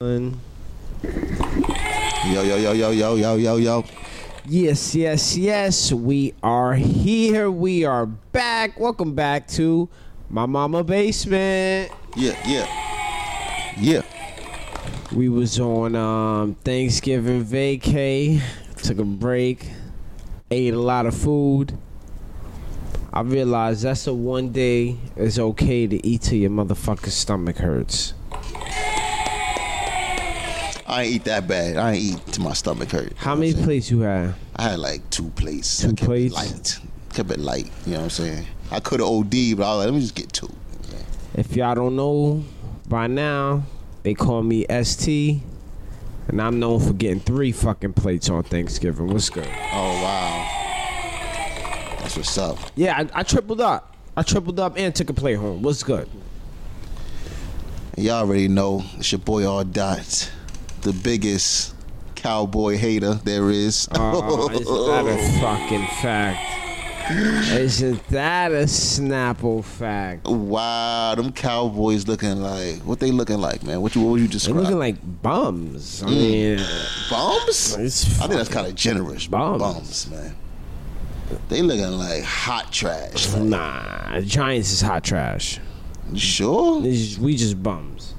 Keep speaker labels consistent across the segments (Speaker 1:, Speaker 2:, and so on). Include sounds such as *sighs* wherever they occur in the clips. Speaker 1: One.
Speaker 2: Yo, yo, yo, yo, yo, yo, yo, yo.
Speaker 1: Yes, yes, yes. We are here. We are back. Welcome back to my mama basement.
Speaker 2: Yeah, yeah. Yeah.
Speaker 1: We was on um, Thanksgiving vacay. Took a break. Ate a lot of food. I realized that's a one day it's okay to eat till your motherfucking stomach hurts.
Speaker 2: I ain't eat that bad. I ain't eat to my stomach hurt.
Speaker 1: How
Speaker 2: You know
Speaker 1: many
Speaker 2: what I'm saying?
Speaker 1: plates you had?
Speaker 2: I had like two plates. I
Speaker 1: Two
Speaker 2: kept it
Speaker 1: plates?
Speaker 2: light. Kept it light. You know what I'm saying? I could have OD, but I was like, let me just get two.
Speaker 1: If y'all don't know by now, they call me ST, and I'm known for getting three fucking plates on Thanksgiving. What's good?
Speaker 2: Oh, wow. That's what's up.
Speaker 1: Yeah, I, I tripled up. I tripled up and took a plate home. What's
Speaker 2: *laughs*
Speaker 1: good?
Speaker 2: And y'all already know it's your boy R. Dot, the biggest cowboy hater there is. *laughs*
Speaker 1: Uh, isn't that a fucking fact? Isn't that a Snapple fact?
Speaker 2: wow, them cowboys looking like what they looking like, man? What you what would you
Speaker 1: They're
Speaker 2: describe?
Speaker 1: looking like bums.
Speaker 2: Mm.
Speaker 1: I mean,
Speaker 2: bums?
Speaker 1: it's
Speaker 2: I think that's kind of generous.
Speaker 1: Bums.
Speaker 2: Bums. bums, man. They looking like hot trash. Like,
Speaker 1: nah. Giants is hot trash.
Speaker 2: you sure?
Speaker 1: It's just- we just bums.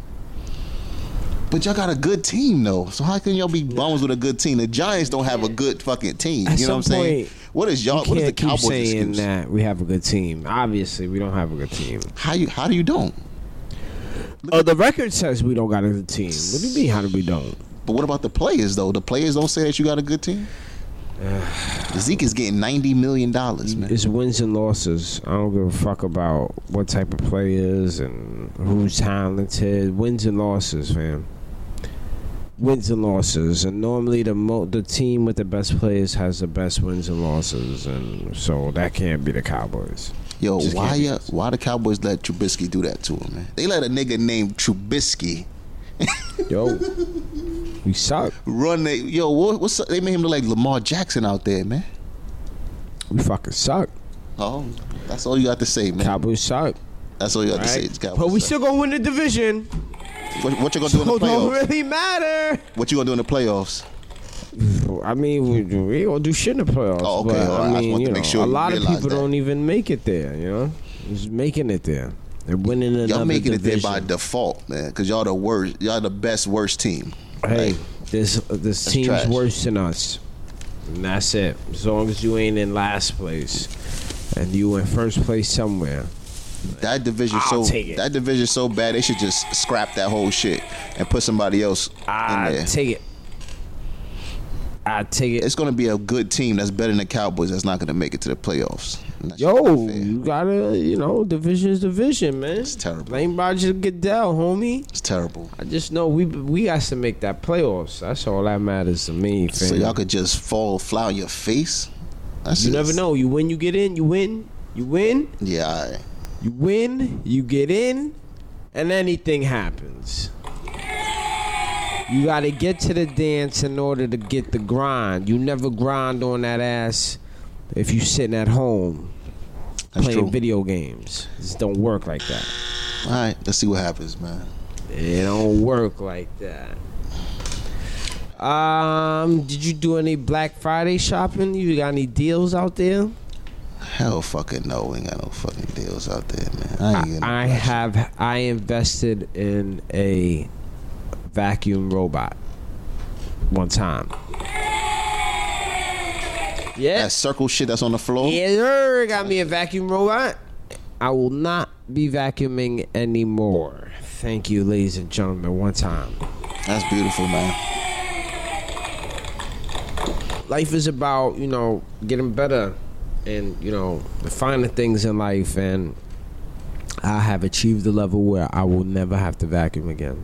Speaker 2: But y'all got a good team though. So how can y'all be bums with a good team? The Giants don't have a good fucking team.
Speaker 1: At
Speaker 2: you know what I'm
Speaker 1: some
Speaker 2: saying?
Speaker 1: point,
Speaker 2: What is y'all?
Speaker 1: You
Speaker 2: What is the
Speaker 1: can't keep
Speaker 2: Cowboys
Speaker 1: saying
Speaker 2: excuse?
Speaker 1: that we have a good team. Obviously, we don't have a good team.
Speaker 2: How you? How do you don't?
Speaker 1: Oh, the record says we don't got a good team. What do you mean? How do we don't?
Speaker 2: But what about the players though? The players don't say that you got a
Speaker 1: *sighs*
Speaker 2: good team. Zeke is getting ninety million dollars, man.
Speaker 1: It's wins and losses. I don't give a fuck about what type of players and who's talented. Wins and losses, man. Wins and losses, and normally the mo- the team with the best players has the best wins and losses, and so that can't be the Cowboys.
Speaker 2: Yo,
Speaker 1: Just
Speaker 2: why
Speaker 1: can't be
Speaker 2: ya, why the Cowboys let Trubisky do that to him, man? They let a nigga named Trubisky
Speaker 1: Yo, we suck.
Speaker 2: run. They, yo, what, what's up? they made him look like Lamar Jackson out there, man.
Speaker 1: We fucking suck.
Speaker 2: Oh, that's all you got to say, man.
Speaker 1: Cowboys suck.
Speaker 2: that's all you got to say.
Speaker 1: Right?
Speaker 2: It's Cowboys.
Speaker 1: But we
Speaker 2: suck.
Speaker 1: still gonna win the division.
Speaker 2: what, what you gonna do in the
Speaker 1: So it don't
Speaker 2: playoffs?
Speaker 1: really matter.
Speaker 2: What you gonna do in the playoffs?
Speaker 1: I mean, we, we don't do shit in the playoffs.
Speaker 2: Oh, okay.
Speaker 1: But,
Speaker 2: All
Speaker 1: I
Speaker 2: right. I
Speaker 1: mean,
Speaker 2: just wanted
Speaker 1: you
Speaker 2: to
Speaker 1: know,
Speaker 2: make sure
Speaker 1: a
Speaker 2: you
Speaker 1: lot of
Speaker 2: realized
Speaker 1: people
Speaker 2: that.
Speaker 1: don't even make it there. You know, just making it there. They're winning another
Speaker 2: Y'all making
Speaker 1: division.
Speaker 2: it there by default, man, because y'all the worst. Y'all the best worst team.
Speaker 1: Hey,
Speaker 2: Like,
Speaker 1: this uh, this
Speaker 2: That's
Speaker 1: team's
Speaker 2: trash.
Speaker 1: worse than us. And that's it. As long as you ain't in last place, and you in first place somewhere.
Speaker 2: That division
Speaker 1: I'll
Speaker 2: so
Speaker 1: take it.
Speaker 2: that division so bad they should just scrap that whole shit and put somebody else in
Speaker 1: I
Speaker 2: there.
Speaker 1: take it. I take it.
Speaker 2: it's gonna be a good team that's better than the Cowboys that's not gonna make it to the playoffs. And that's
Speaker 1: Yo,
Speaker 2: fair.
Speaker 1: you gotta, you know, division's division, man. It's
Speaker 2: terrible.
Speaker 1: Blame Roger Goodell, homie.
Speaker 2: it's terrible.
Speaker 1: I just know we we got to make that playoffs. That's all that matters to me, fam.
Speaker 2: So y'all could just fall fly on your face. That's
Speaker 1: you
Speaker 2: just-
Speaker 1: never know. You win, you get in. You win, you win,
Speaker 2: Yeah, all right.
Speaker 1: you win, you get in, and anything happens. You got to get to the dance in order to get the grind. You never grind on that ass if you sitting at home
Speaker 2: that's
Speaker 1: playing
Speaker 2: true.
Speaker 1: video games. It just don't work like that.
Speaker 2: All right, let's see what happens, man.
Speaker 1: It don't work like that. Um, did you do any Black Friday shopping? You got any deals out there?
Speaker 2: Hell, fucking no, we ain't got no fucking deals out there, man. I ain't getting no
Speaker 1: I
Speaker 2: black shit.
Speaker 1: have I invested in a vacuum robot one time.
Speaker 2: that
Speaker 1: Yes.
Speaker 2: circle shit that's on the floor.
Speaker 1: Yeah, sir, got me a vacuum robot. I will not be vacuuming anymore. Thank you, ladies and gentlemen, one time.
Speaker 2: That's beautiful, man.
Speaker 1: life is about you know getting better and you know the finer things in life and i have achieved the level where i will never have to vacuum again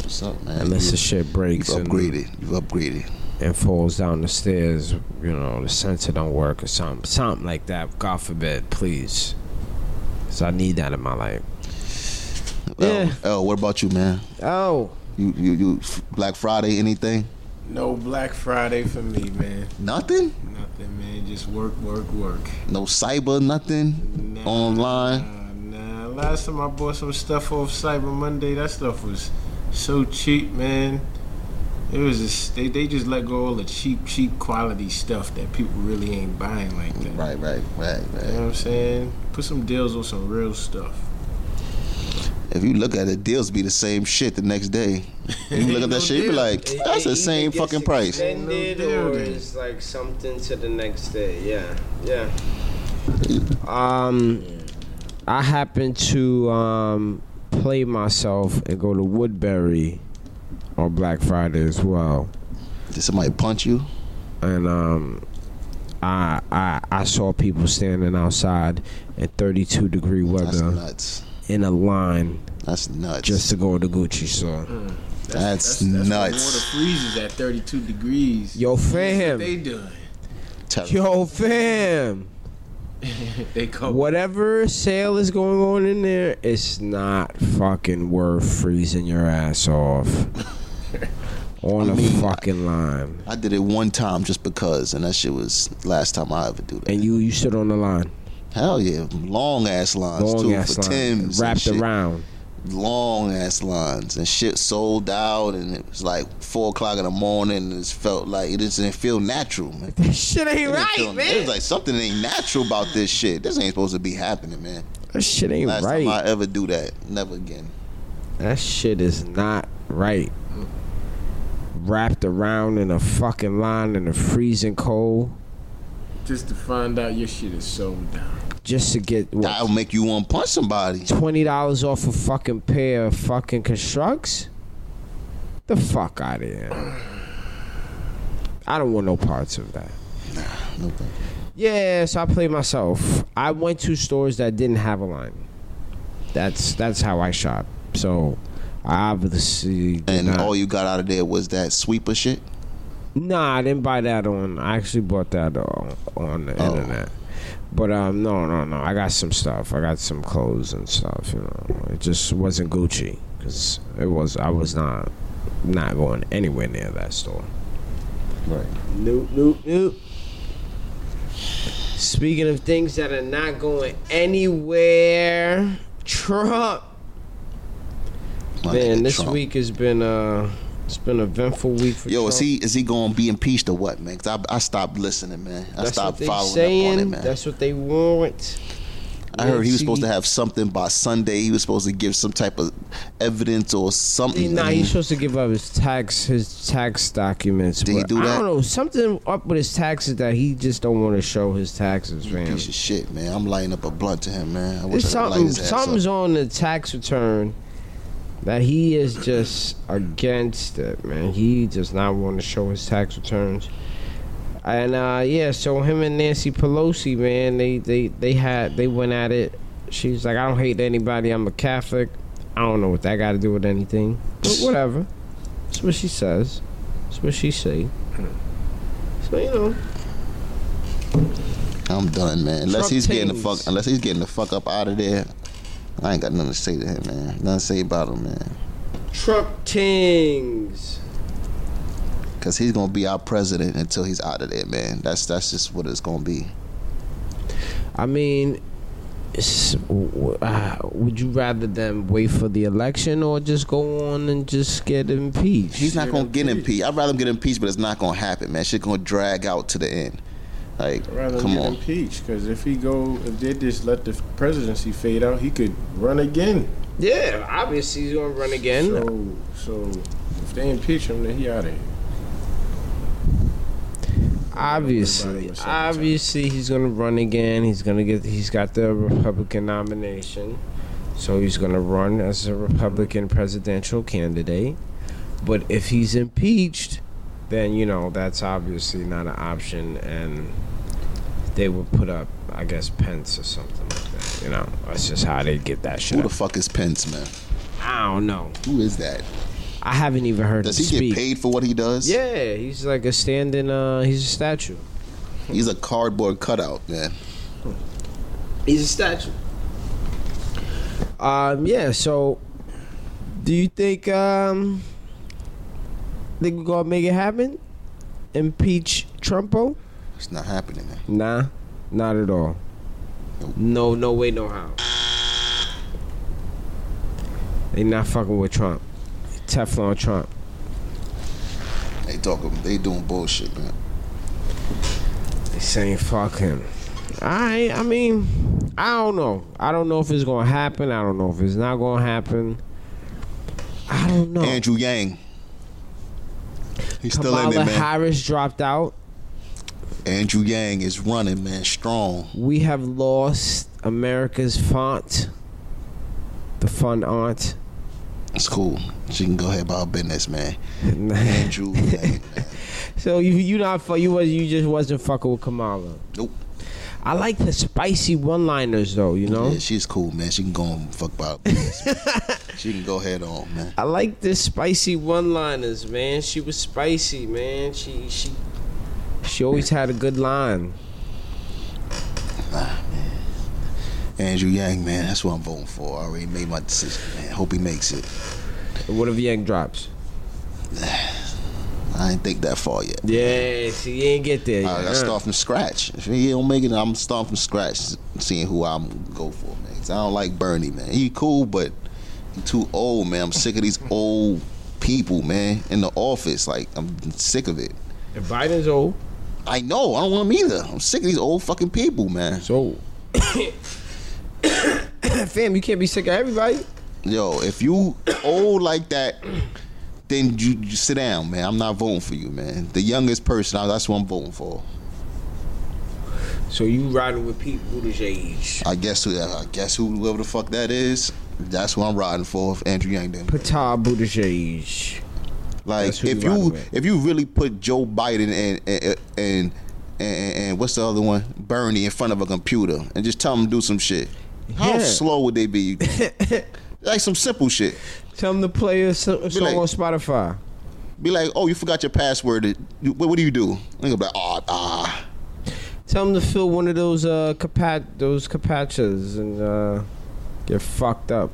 Speaker 2: What's up, man?
Speaker 1: unless the
Speaker 2: you,
Speaker 1: shit breaks
Speaker 2: you've
Speaker 1: and,
Speaker 2: upgraded. You've upgraded.
Speaker 1: and falls down the stairs you know the sensor don't work or something something like that god forbid please so i need that in my life Yeah.
Speaker 2: Oh, what about you, man?
Speaker 1: oh
Speaker 2: You, you, you f- Black Friday? Anything?
Speaker 3: No Black Friday for me, man.
Speaker 2: Nothing?
Speaker 3: Nothing, man. Just work, work, work.
Speaker 2: No cyber? Nothing?
Speaker 3: Nah,
Speaker 2: Online?
Speaker 3: Uh, Nah, nah. Last time I bought some stuff off Cyber Monday, that stuff was so cheap, man. It was just they, they just let go all the cheap, cheap quality stuff that people really ain't buying like that.
Speaker 2: Right, right, right,
Speaker 3: You know
Speaker 2: right.
Speaker 3: what I'm saying? Put some deals on some real stuff.
Speaker 2: If you look at it, deals be the same shit the next day. You look at that shit, you be like, that's the same fucking price.
Speaker 3: extended
Speaker 1: Extended
Speaker 3: or
Speaker 1: or
Speaker 3: is,
Speaker 1: it's like something to the next day. Yeah, yeah. Um, I happened to um play myself and go to Woodbury on Black Friday as well,
Speaker 2: Did somebody punch you?
Speaker 1: and um. I, I I saw people standing outside at 32 degree
Speaker 2: That's
Speaker 1: weather
Speaker 2: nuts.
Speaker 1: in a line
Speaker 2: That's nuts.
Speaker 1: just to go to Gucci store.
Speaker 2: That's
Speaker 3: where
Speaker 2: nuts.
Speaker 3: Water freezes at 32 degrees.
Speaker 1: Yo,
Speaker 3: What
Speaker 1: fam.
Speaker 3: they doing? *laughs*
Speaker 2: Terrible.
Speaker 1: Yo, fam.
Speaker 2: Oh.
Speaker 3: They call
Speaker 1: Whatever sale is going on in there, it's not fucking worth freezing your ass
Speaker 2: *laughs*
Speaker 1: off on
Speaker 2: I
Speaker 1: a
Speaker 2: mean,
Speaker 1: fucking line.
Speaker 2: I did it one time just because, and that shit was last time I ever do that.
Speaker 1: And you, you stood on the line,
Speaker 2: Hell yeah, long ass lines
Speaker 1: long
Speaker 2: too
Speaker 1: ass
Speaker 2: for
Speaker 1: line,
Speaker 2: Tim's
Speaker 1: wrapped
Speaker 2: and shit.
Speaker 1: around. *laughs*
Speaker 2: Long ass lines and shit sold out, and it was like four o'clock in the morning. And it felt like it just didn't feel natural, man.
Speaker 1: That shit ain't
Speaker 2: It didn't feel-
Speaker 1: right,
Speaker 2: It was
Speaker 1: man.
Speaker 2: like something ain't natural about this shit. This ain't supposed to be happening, man.
Speaker 1: That shit ain't
Speaker 2: Last time
Speaker 1: right.
Speaker 2: I ever do that, never again.
Speaker 1: That shit is not right. Wrapped around in a fucking line in the freezing cold
Speaker 3: just to find out your shit is sold down.
Speaker 1: just to get what,
Speaker 2: That'll make you want to punch somebody.
Speaker 1: twenty dollars off a fucking pair of fucking constructs? The fuck out of here. I don't want no parts of that.
Speaker 2: No thank
Speaker 1: Yeah, so I played myself. I went to stores that didn't have a line. That's that's how I shop. So I obviously did
Speaker 2: you. And
Speaker 1: not-
Speaker 2: all you got out of there was that sweeper shit.
Speaker 1: Nah, I didn't buy that on. I actually bought that on, on the
Speaker 2: Oh.
Speaker 1: internet. But um, no, no, no. I got some stuff. I got some clothes and stuff. You know, it just wasn't Gucci because it was. I was not not going anywhere near that store.
Speaker 2: Right.
Speaker 1: Nope, nope, nope. Speaking of things that are not going anywhere, Trump.
Speaker 2: My
Speaker 1: Man,
Speaker 2: nigga
Speaker 1: this
Speaker 2: Trump.
Speaker 1: week has been uh, it's been an eventful week for
Speaker 2: Yo,
Speaker 1: Trump.
Speaker 2: is he is he gonna be impeached or what, man? 'Cause I, I stopped listening, man. I
Speaker 1: That's
Speaker 2: stopped
Speaker 1: what they
Speaker 2: following
Speaker 1: saying.
Speaker 2: up on it, man.
Speaker 1: That's what they want.
Speaker 2: I heard he was
Speaker 1: Nancy-
Speaker 2: supposed to have something by Sunday. He was supposed to give some type of evidence or something.
Speaker 1: Nah, he's supposed to give up his tax his tax documents.
Speaker 2: Did he
Speaker 1: but
Speaker 2: do
Speaker 1: I
Speaker 2: that?
Speaker 1: don't know something up with his taxes that he just don't want to show his taxes, man.
Speaker 2: Piece of shit, man. I'm lighting up a blunt to him, man. I wish
Speaker 1: There's
Speaker 2: I could light
Speaker 1: something
Speaker 2: his ass up.
Speaker 1: something's on the tax return that he is just against it, man. He does not want to show his tax returns. And uh yeah, so him and Nancy Pelosi, man, they they they had they went at it. She's like, I don't hate anybody. I'm a Catholic. I don't know what that got to do with anything, but whatever. That's what she says. That's what she say. So you know,
Speaker 2: I'm done, man. Unless
Speaker 1: Trump
Speaker 2: he's getting the
Speaker 1: teams.
Speaker 2: fuck, unless he's getting the fuck up out of there, I ain't got nothing to say to him, man. Nothing to say about him, man.
Speaker 1: Trump tings.
Speaker 2: Cause he's gonna be our president until he's out of there, man. That's that's just what it's gonna be.
Speaker 1: I mean, it's, uh, would you rather them wait for the election or just go on and just get impeached?
Speaker 2: He's not
Speaker 3: Get
Speaker 2: gonna get
Speaker 3: impeached.
Speaker 2: impeached. I'd rather him get impeached, but it's not gonna happen, man. Shit gonna drag out to the end. Like,
Speaker 3: I'd rather
Speaker 2: come
Speaker 3: get
Speaker 2: on.
Speaker 3: impeached because if he go, if they just let the presidency fade out, he could run again.
Speaker 1: yeah, obviously he's gonna run again.
Speaker 3: So, so if they impeach him, then he out of here. Everybody
Speaker 1: obviously,
Speaker 3: was saying the same.
Speaker 1: obviously he's gonna run again. He's gonna get. He's got the Republican nomination, so he's gonna run as a Republican presidential candidate. But if he's impeached, then you know that's obviously not an option, and they would put up, I guess, Pence or something like that. You know, that's just how they get that
Speaker 2: Who
Speaker 1: shit.
Speaker 2: the
Speaker 1: up.
Speaker 2: fuck is Pence, man?
Speaker 1: I don't know.
Speaker 2: Who is that?
Speaker 1: I haven't even heard
Speaker 2: Does
Speaker 1: him
Speaker 2: he
Speaker 1: speak.
Speaker 2: get paid for what he does?
Speaker 1: Yeah, he's like a standing. Uh, he's a statue.
Speaker 2: He's a cardboard cutout, man.
Speaker 1: He's a statue. Um, yeah, so do you think um think we're gonna make it happen? Impeach Trumpo?
Speaker 2: It's not happening, man.
Speaker 1: Nah, not at all. No, no way, no how. They not fucking with Trump. Teflon Trump.
Speaker 2: They talking. They doing bullshit, man.
Speaker 1: They saying fuck him. I I mean, I don't know. I don't know if it's gonna happen. I don't know if it's not gonna happen. I don't know.
Speaker 2: Andrew Yang. He's still
Speaker 1: Kamala
Speaker 2: in it, man.
Speaker 1: Harris dropped out.
Speaker 2: Andrew Yang is running, man, strong.
Speaker 1: We have lost America's font. The fun aunt. *laughs*
Speaker 2: It's cool. She can go ahead about her business, man.
Speaker 1: *laughs*
Speaker 2: Andrew Yang, man.
Speaker 1: so you you not fu- you was you just wasn't fucking with Kamala.
Speaker 2: Nope.
Speaker 1: I like the spicy one liners though. You know.
Speaker 2: Yeah, she's cool, man. She can go and fuck about. her business,
Speaker 1: *laughs*
Speaker 2: man. she can go head on, man.
Speaker 1: I like this spicy one-liners, man. She was spicy, man. She she she always had a good line.
Speaker 2: Andrew Yang, man, that's what I'm voting for. I already made my decision, man. Hope he makes it.
Speaker 1: What if Yang drops?
Speaker 2: I ain't think that far yet. Uh,
Speaker 1: Yeah, see, you ain't get there. Uh-uh.
Speaker 2: I
Speaker 1: yet,
Speaker 2: gotta
Speaker 1: huh?
Speaker 2: start from scratch. If he don't make it, I'm starting from scratch, seeing who I'm gonna go for, man. 'Cause I don't like Bernie, man. He cool, but he too old, man. I'm sick of these old people, man, in the office. Like I'm sick of it.
Speaker 1: If Biden's old,
Speaker 2: I know. I don't want him either. I'm sick of these old fucking people, man.
Speaker 1: so *coughs* fam, you can't be sick of everybody.
Speaker 2: Yo, if you old like that, then you, you sit down, man. I'm not voting for you, man. The youngest person, I, that's what I'm voting for.
Speaker 1: So you riding with Pete Buttigieg?
Speaker 2: I guess who, I guess who, whoever the fuck that is, that's what I'm riding for. If Andrew Yang didn't.
Speaker 1: Patar Buttigieg. That's
Speaker 2: Like
Speaker 1: who
Speaker 2: if
Speaker 1: you rocking
Speaker 2: you
Speaker 1: with.
Speaker 2: if you really put Joe Biden and and, and and and what's the other one Bernie in front of a computer and just tell them to do some shit, how
Speaker 1: Yeah.
Speaker 2: slow would they
Speaker 1: *laughs*
Speaker 2: be? like some simple shit.
Speaker 1: Tell him to play a so- song
Speaker 2: like-
Speaker 1: on Spotify.
Speaker 2: Be like, oh, you forgot your password. You- What, what do you do? And they'll be like, ah, ah.
Speaker 1: Tell him to fill one of those uh capat those capachas and uh get fucked up.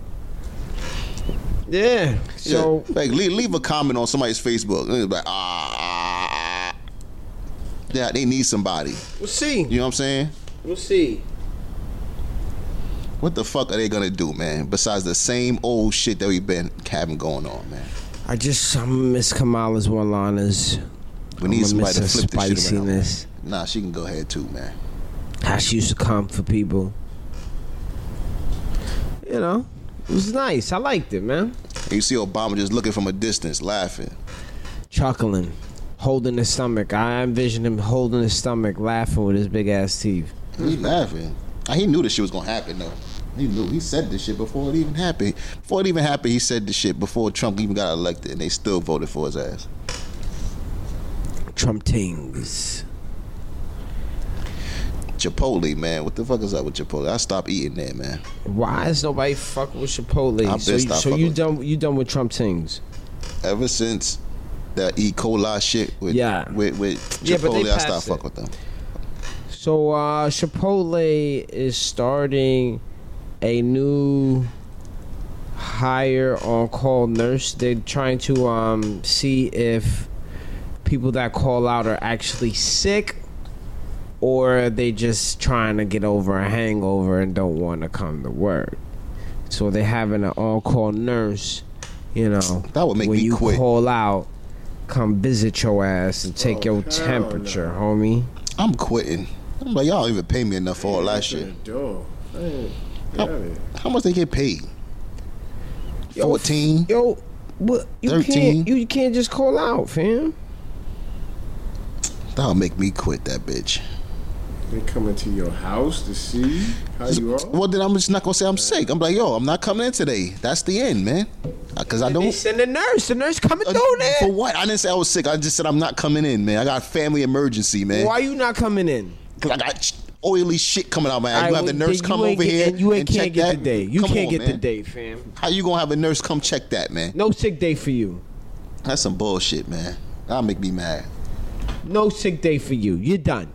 Speaker 1: Yeah. So
Speaker 2: Yeah. like, leave, leave a comment on somebody's Facebook. And they'll be like, ah, ah, ah. Yeah, they need somebody.
Speaker 1: we'll see.
Speaker 2: You know what I'm saying?
Speaker 1: We'll see.
Speaker 2: What the fuck are they gonna do, man? Besides the same old shit that we've been having going on, man.
Speaker 1: I just I'm miss Kamala's one liners.
Speaker 2: We need somebody to
Speaker 1: her
Speaker 2: flip this shit around.
Speaker 1: spiciness.
Speaker 2: Nah, she can go ahead too, man.
Speaker 1: How she used to come for people. You know, it was nice. I liked it, man.
Speaker 2: And you see Obama just looking from a distance, laughing.
Speaker 1: Chuckling, holding his stomach. I envisioned him holding his stomach, laughing with his big ass teeth.
Speaker 2: He's laughing. Uh, He knew this shit was gonna happen though. He knew. He said this shit before it even happened. Before it even happened, he said this shit before Trump even got elected, and they still voted for his ass.
Speaker 1: Trump tings.
Speaker 2: Chipotle, man. What the fuck is up with Chipotle? I stopped eating there, man.
Speaker 1: Why is nobody fucking with Chipotle?
Speaker 2: I'm
Speaker 1: so
Speaker 2: pissed
Speaker 1: you,
Speaker 2: I
Speaker 1: so
Speaker 2: fuck
Speaker 1: you
Speaker 2: with-
Speaker 1: done you done with Trump tings?
Speaker 2: Ever since that E. coli shit with
Speaker 1: Yeah.
Speaker 2: with, with
Speaker 1: Yeah, but they
Speaker 2: Chipotle, I stopped
Speaker 1: passed it.
Speaker 2: fucking with them.
Speaker 1: So uh, Chipotle is starting a new hire on call nurse. They're trying to um, see if people that call out are actually sick or are they just trying to get over a hangover and don't want to come to work. So they're having an on call nurse, you know.
Speaker 2: That would make
Speaker 1: when
Speaker 2: me
Speaker 1: you
Speaker 2: quit.
Speaker 1: call out, come visit your ass and take
Speaker 3: Oh,
Speaker 1: your
Speaker 3: hell
Speaker 1: temperature,
Speaker 3: no.
Speaker 1: homie.
Speaker 2: I'm quitting. I'm like, y'all don't even pay me enough for all that
Speaker 3: Shut
Speaker 2: shit.
Speaker 3: the door. Man, get out of here.
Speaker 2: How much they get paid?
Speaker 1: Yo,
Speaker 2: Fourteen.
Speaker 1: Yo, what you
Speaker 2: 13.
Speaker 1: can't you can't just call out, fam.
Speaker 2: That'll make me quit that bitch.
Speaker 3: They coming to your house to see how you are.
Speaker 2: Well, then I'm just not gonna say I'm sick. I'm like, yo, I'm not coming in today. That's the end, man. Because I
Speaker 1: They
Speaker 2: don't.
Speaker 1: send a nurse. The nurse coming
Speaker 2: uh,
Speaker 1: through there.
Speaker 2: for what? I didn't say I was sick. I just said I'm not coming in, man. I got a family emergency, man.
Speaker 1: Why you not coming in?
Speaker 2: 'Cause I got sh- oily shit coming out, man. you
Speaker 1: Alright,
Speaker 2: have the
Speaker 1: well,
Speaker 2: nurse
Speaker 1: then
Speaker 2: come
Speaker 1: you ain't
Speaker 2: over
Speaker 1: get-
Speaker 2: here
Speaker 1: And you ain't
Speaker 2: and
Speaker 1: can't
Speaker 2: check
Speaker 1: get
Speaker 2: that.
Speaker 1: the day. You
Speaker 2: Come
Speaker 1: can't
Speaker 2: on,
Speaker 1: get the
Speaker 2: man.
Speaker 1: day, fam.
Speaker 2: How you gonna have a nurse come check that, man?
Speaker 1: No sick day for you.
Speaker 2: That's some bullshit, man. That'll make me mad.
Speaker 1: No sick day for you. You're done.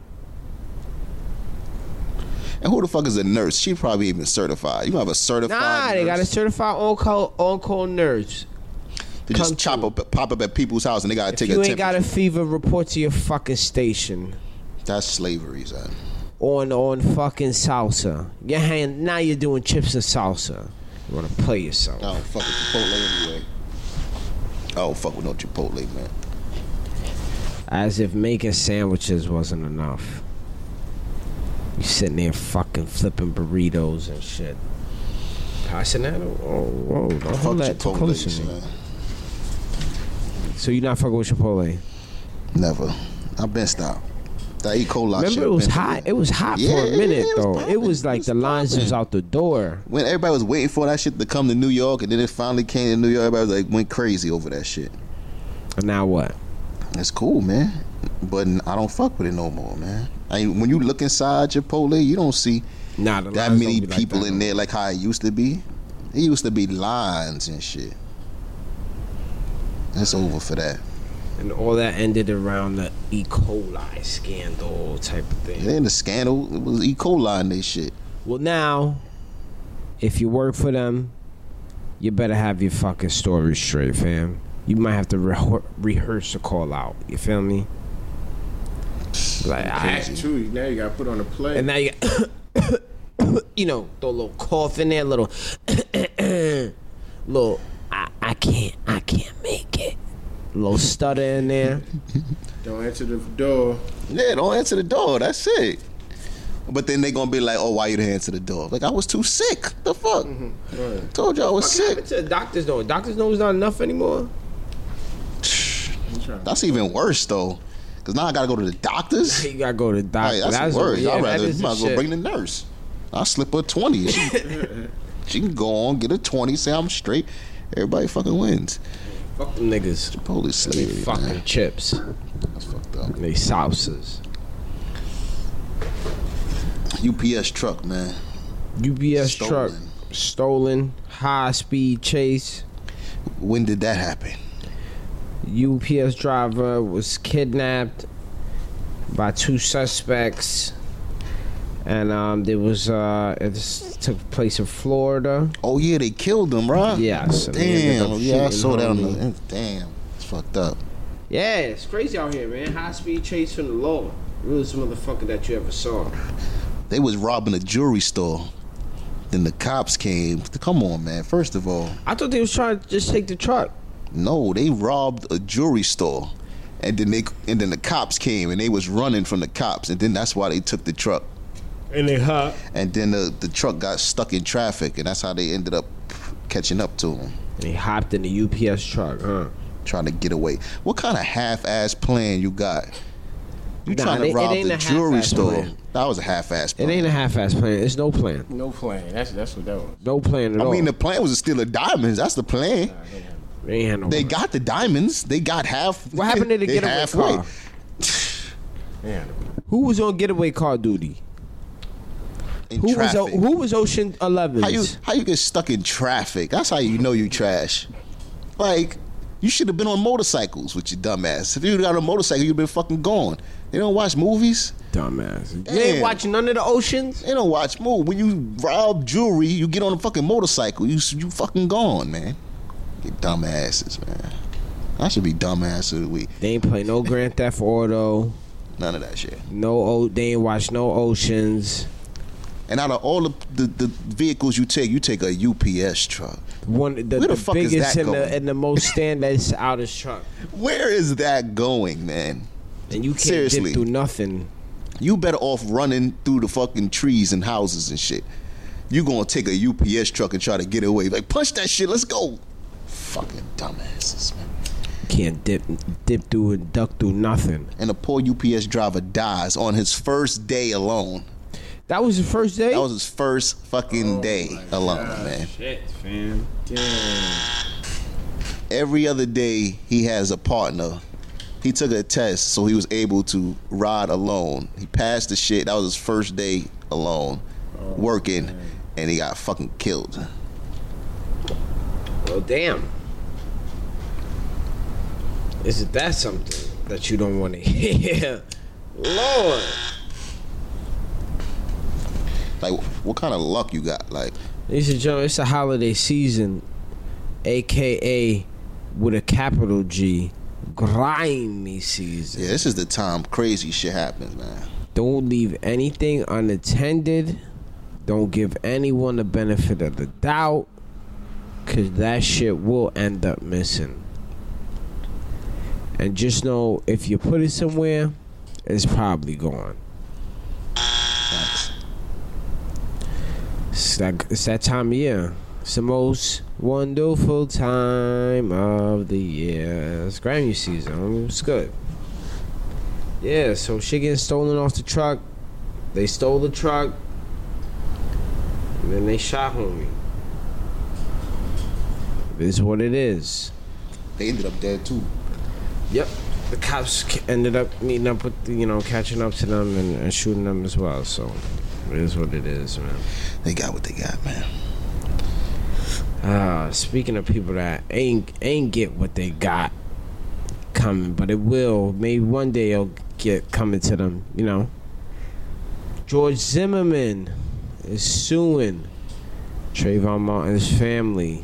Speaker 2: And who the fuck is a nurse? She probably even certified. You gonna have a certified.
Speaker 1: Nah, they got a
Speaker 2: nurse
Speaker 1: certified on call on call nurse.
Speaker 2: to
Speaker 1: come
Speaker 2: just chop up, pop up at people's house, and they gotta
Speaker 1: If
Speaker 2: take a
Speaker 1: you ain't
Speaker 2: temperature.
Speaker 1: got a fever, report to your fucking station.
Speaker 2: That's slavery, son.
Speaker 1: on on fucking salsa. Your hand now you're doing chips and salsa. You wanna play yourself.
Speaker 2: I don't fuck with Chipotle anyway. I don't fuck with no Chipotle, man.
Speaker 1: As if making sandwiches wasn't enough. You sitting there fucking flipping burritos and shit. Passing that? Oh, whoa, don't
Speaker 2: Fuck
Speaker 1: hold that too close
Speaker 2: Chipotle,
Speaker 1: to me.
Speaker 2: man.
Speaker 1: So you not fucking with Chipotle?
Speaker 2: Never. I've been stopped. That E. coli shit
Speaker 1: Remember, it was
Speaker 2: been-
Speaker 1: hot. It was hot
Speaker 2: Yeah,
Speaker 1: for a minute
Speaker 2: it was
Speaker 1: though.
Speaker 2: popping.
Speaker 1: It was
Speaker 2: It
Speaker 1: like
Speaker 2: was
Speaker 1: the lines was
Speaker 2: popping.
Speaker 1: out the door.
Speaker 2: When everybody was waiting for that shit to come to New York, and then it finally came to New York, everybody was like went crazy over that shit.
Speaker 1: And now what?
Speaker 2: It's cool, man. But I don't fuck with it no more, man. I mean, when you look inside Chipotle, you don't see
Speaker 1: Nah, the
Speaker 2: that
Speaker 1: lines
Speaker 2: many
Speaker 1: don't be like
Speaker 2: people
Speaker 1: that
Speaker 2: in
Speaker 1: no
Speaker 2: there like how it used to be. It used to be lines and shit. That's over for that.
Speaker 1: more. And all that ended around the E. coli scandal type of
Speaker 2: It
Speaker 1: thing.
Speaker 2: ain't a scandal. It was E. coli and they shit.
Speaker 1: Well, now, if you work for them, you better have your fucking story straight, fam. You might have to rehe- rehearse a call out. You feel me? Like, I,
Speaker 3: That's true. Now you got put on a play.
Speaker 1: and now you, *coughs* you know, throw a little cough in there, little, *coughs* little. I, I can't, I can't make it. Little stutter in there.
Speaker 3: Don't answer the door.
Speaker 2: Yeah, don't answer the door. That's it. But then they gonna be like, "Oh, why you didn't answer the door?" Like I was too sick. The fuck?
Speaker 1: Mm-hmm.
Speaker 3: Right.
Speaker 2: Told you I was sick.
Speaker 1: Happened to the doctors though. Doctors know it's not enough anymore.
Speaker 3: I'm trying.
Speaker 2: That's even worse though, cause now I gotta go to the doctors.
Speaker 1: You gotta go to the doctor.
Speaker 2: Like, that's,
Speaker 1: That's
Speaker 2: the worst.
Speaker 1: yeah,
Speaker 2: I'd
Speaker 1: that
Speaker 2: rather
Speaker 1: is
Speaker 2: you
Speaker 1: the
Speaker 2: might as well
Speaker 1: shit.
Speaker 2: bring the nurse. I slip her twenty.
Speaker 1: *laughs*
Speaker 2: She, she can go on get a twenty. Say I'm straight. Everybody fucking wins.
Speaker 1: Fuck them niggas.
Speaker 2: Police
Speaker 1: They
Speaker 2: slavery.
Speaker 1: fucking
Speaker 2: man.
Speaker 1: chips.
Speaker 2: That's fucked up.
Speaker 1: They salsas.
Speaker 2: UPS truck, man.
Speaker 1: UBS truck
Speaker 2: Stolen.
Speaker 1: stolen. High speed chase.
Speaker 2: When did that happen?
Speaker 1: UPS driver was kidnapped by two suspects. And um, there was uh, it s- took place in Florida.
Speaker 2: Oh yeah, they killed him, right?
Speaker 1: Yes, and they ended
Speaker 2: Damn.
Speaker 1: up
Speaker 2: Yeah, I
Speaker 1: shooting
Speaker 2: saw that. On the,
Speaker 1: homie.
Speaker 2: damn. It's fucked up.
Speaker 1: Yeah, it's crazy out here, man. High speed chase from the law. Realest motherfucker that you ever saw.
Speaker 2: They was robbing a jewelry store. Then the cops came. Come on, man. First of all,
Speaker 1: I thought they was trying to just take the truck.
Speaker 2: no, they robbed a jewelry store, and then they and then the cops came and they was running from the cops, and then that's why they took the truck,
Speaker 1: And they hot.
Speaker 2: and then the the truck got stuck in traffic, and that's how they ended up catching up to them,
Speaker 1: They hopped in the UPS truck, huh?
Speaker 2: trying to get away. What kind of half-ass plan you got? You
Speaker 1: Nah,
Speaker 2: trying
Speaker 1: it-
Speaker 2: to
Speaker 1: it
Speaker 2: rob
Speaker 1: ain't
Speaker 2: the
Speaker 1: a
Speaker 2: jewelry
Speaker 1: half-ass
Speaker 2: store?
Speaker 1: plan.
Speaker 2: That was a half-ass
Speaker 1: It
Speaker 2: plan.
Speaker 1: ain't a half-ass plan. It's no plan.
Speaker 3: No plan. That's that's what that was.
Speaker 1: No plan at
Speaker 2: I
Speaker 1: all.
Speaker 2: mean, the plan was to steal the diamonds. That's the plan.
Speaker 1: they ain't had no
Speaker 2: They
Speaker 1: plan.
Speaker 2: got the diamonds. They got half.
Speaker 1: What happened to the
Speaker 2: *laughs* they
Speaker 1: getaway
Speaker 2: halfway.
Speaker 1: car?
Speaker 3: Yeah.
Speaker 1: Who was on getaway car duty?
Speaker 2: In
Speaker 1: Who was
Speaker 2: traffic.
Speaker 1: o- who was Ocean Eleven?
Speaker 2: how you how you get stuck in traffic? That's how you know you trash. Like you should have been on motorcycles with your dumbass. If you got on a motorcycle, you've been fucking gone. They don't watch movies.
Speaker 1: Dumbass. You
Speaker 2: Damn.
Speaker 1: ain't watching none of the oceans.
Speaker 2: They don't watch movies. When you rob jewelry, you get on a fucking motorcycle. You you fucking gone, man. You dumbasses, man. I should be dumbass of the week.
Speaker 1: They ain't play no Grand Theft Auto.
Speaker 2: None of that shit.
Speaker 1: No, o- they ain't watch no oceans.
Speaker 2: And out of all the, the, the vehicles you take, you take a UPS truck.
Speaker 1: One the,
Speaker 2: Where the
Speaker 1: the
Speaker 2: fuck is
Speaker 1: biggest
Speaker 2: that
Speaker 1: and
Speaker 2: going?
Speaker 1: the, and the most stand that's out of truck.
Speaker 2: Where is that going, man?
Speaker 1: And you can't
Speaker 2: Seriously.
Speaker 1: dip through nothing.
Speaker 2: You better off running through the fucking trees and houses and shit. You gonna take a UPS truck and try to get away. Like, punch that shit, let's go. Fucking dumbasses, man.
Speaker 1: You can't dip dip through and duck through nothing.
Speaker 2: And the poor UPS driver dies on his first day alone.
Speaker 1: That was the first day.
Speaker 2: That was his first fucking day alone, man.
Speaker 1: shit, fam.
Speaker 3: Damn.
Speaker 2: Every other day, he has a partner. He took a test, so he was able to ride alone. He passed the shit. That was his first day alone, working, and he got fucking killed.
Speaker 1: Well, Oh, damn. Is it that something that you don't want to *laughs* hear? Lord.
Speaker 2: Like, what kind of luck you got? Like,
Speaker 1: Ladies and gentlemen, it's the holiday season, aka with a capital G, grimy season.
Speaker 2: yeah, this is the time crazy shit happens, man.
Speaker 1: Don't leave anything unattended. Don't give anyone the benefit of the doubt, because that shit will end up missing. And just know if you put it somewhere, it's probably gone.
Speaker 2: Facts.
Speaker 1: It's that, it's that time of year. It's the most wonderful time of the year. It's Grammy season. It's good. Yeah, so shit getting stolen off the truck. They stole the truck. And then they shot homie. This is what it is.
Speaker 2: They ended up dead too.
Speaker 1: Yep. The cops ca- ended up meeting up with, you know, catching up to them and, and shooting them as well. So it is what it is, man.
Speaker 2: They got what they got, man.
Speaker 1: Uh, speaking of people that ain't ain't get what they got coming, but it will. Maybe one day it'll get coming to them. You know. George Zimmerman is suing Trayvon Martin's family.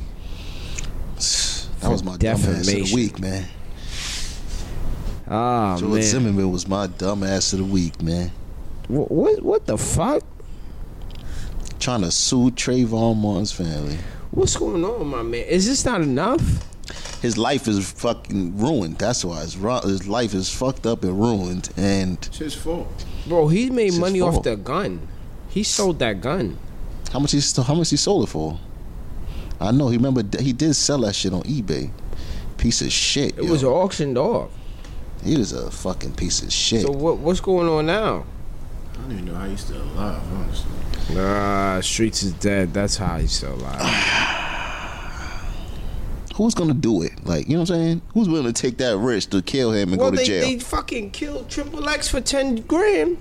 Speaker 2: That was my dumbass of the
Speaker 1: Defamation.
Speaker 2: week, man.
Speaker 1: Ah
Speaker 2: George
Speaker 1: man,
Speaker 2: Zimmerman was my dumbass of the week, man.
Speaker 1: Wh- what what the fuck?
Speaker 2: Trying to sue Trayvon Martin's family.
Speaker 1: What's going on, my man? Is this not enough?
Speaker 2: His life is fucking ruined. That's why his ru- his life is fucked up and ruined. And
Speaker 3: It's his fault.
Speaker 1: Bro, he made
Speaker 2: It's his
Speaker 1: money off
Speaker 2: fault.
Speaker 1: the gun. He sold that gun.
Speaker 2: how much he st- how much he sold it for? I know. He remember th- he did sell that shit on eBay. Piece of shit.
Speaker 1: It
Speaker 2: yo.
Speaker 1: was auctioned off.
Speaker 2: he was a fucking piece of shit.
Speaker 1: So what what's going on now?
Speaker 3: I don't even know how he's still alive, honestly.
Speaker 1: Nah, Streets is dead. That's how he's still alive.
Speaker 2: Who's gonna do it? Like you know what I'm saying? Who's willing to take that risk to kill him and
Speaker 1: well,
Speaker 2: go to
Speaker 1: they,
Speaker 2: jail?
Speaker 1: they fucking killed Triple X for 10 grand.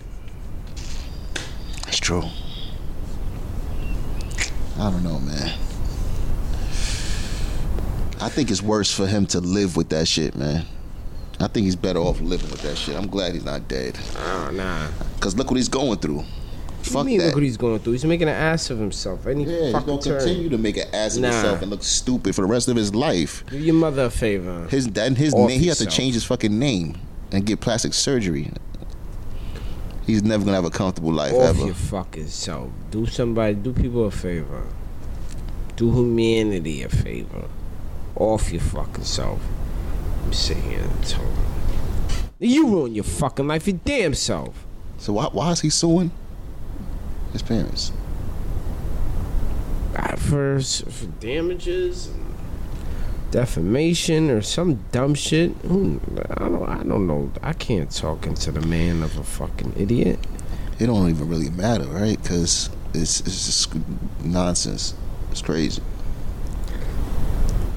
Speaker 2: That's true. I don't know, man. I think it's worse for him to live with that shit, man. I think he's better off living with that shit. I'm glad he's not dead.
Speaker 1: Oh, nah.
Speaker 2: Cause look what he's going through.
Speaker 1: Fuck
Speaker 2: Fuck
Speaker 1: you mean,
Speaker 2: that.
Speaker 1: look what he's going through. He's making an ass of himself. Any
Speaker 2: yeah, he's
Speaker 1: fucking
Speaker 2: gonna
Speaker 1: turn.
Speaker 2: continue to make an ass of
Speaker 1: Nah.
Speaker 2: himself and look stupid for the rest of his life.
Speaker 1: Do your mother a favor.
Speaker 2: His and his
Speaker 1: Off
Speaker 2: name, he has to
Speaker 1: yourself.
Speaker 2: change his fucking name and get plastic surgery. He's never gonna have a comfortable life
Speaker 1: Off
Speaker 2: ever.
Speaker 1: your fucking self. Do somebody, do people a favor. Do humanity a favor. Off your fucking self. I'm sitting here and telling you. You ruin your fucking life, your damn self.
Speaker 2: So why why is he suing his parents?
Speaker 1: uh, for for damages, and defamation, or some dumb shit. Who- I don't, I don't know. I can't talk into the man of a fucking idiot.
Speaker 2: it don't even really matter, right? Because it's it's just nonsense. It's crazy.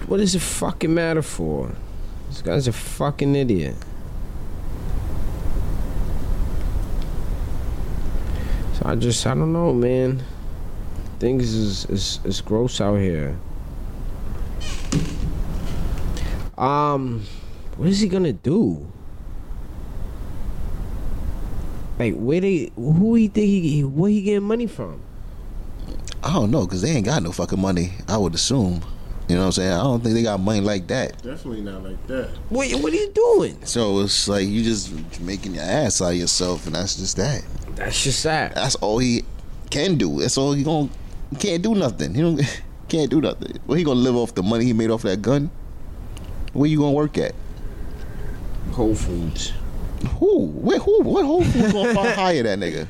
Speaker 1: What does it fucking matter for? This guy's a fucking idiot. So I just, I don't know, man. Things is is, is gross out here. Um, what is he gonna do? Like, where they, who he think he, where he getting money from?
Speaker 2: I don't know because they ain't got no fucking money. I would assume. You know what I'm saying? I don't think they got money like that.
Speaker 3: Definitely not like that.
Speaker 1: What, what are you doing?
Speaker 2: So it's like you just making your ass out of yourself, and that's just that.
Speaker 1: That's just that.
Speaker 2: That's all he can do. That's all he gonna he can't do nothing. He don't *laughs* can't do nothing. Well, he gonna live off the money he made off that gun. Where you gonna work at?
Speaker 1: Whole Foods.
Speaker 2: Who? Where? Who? What? Who? Who's gonna fuck hire that nigga?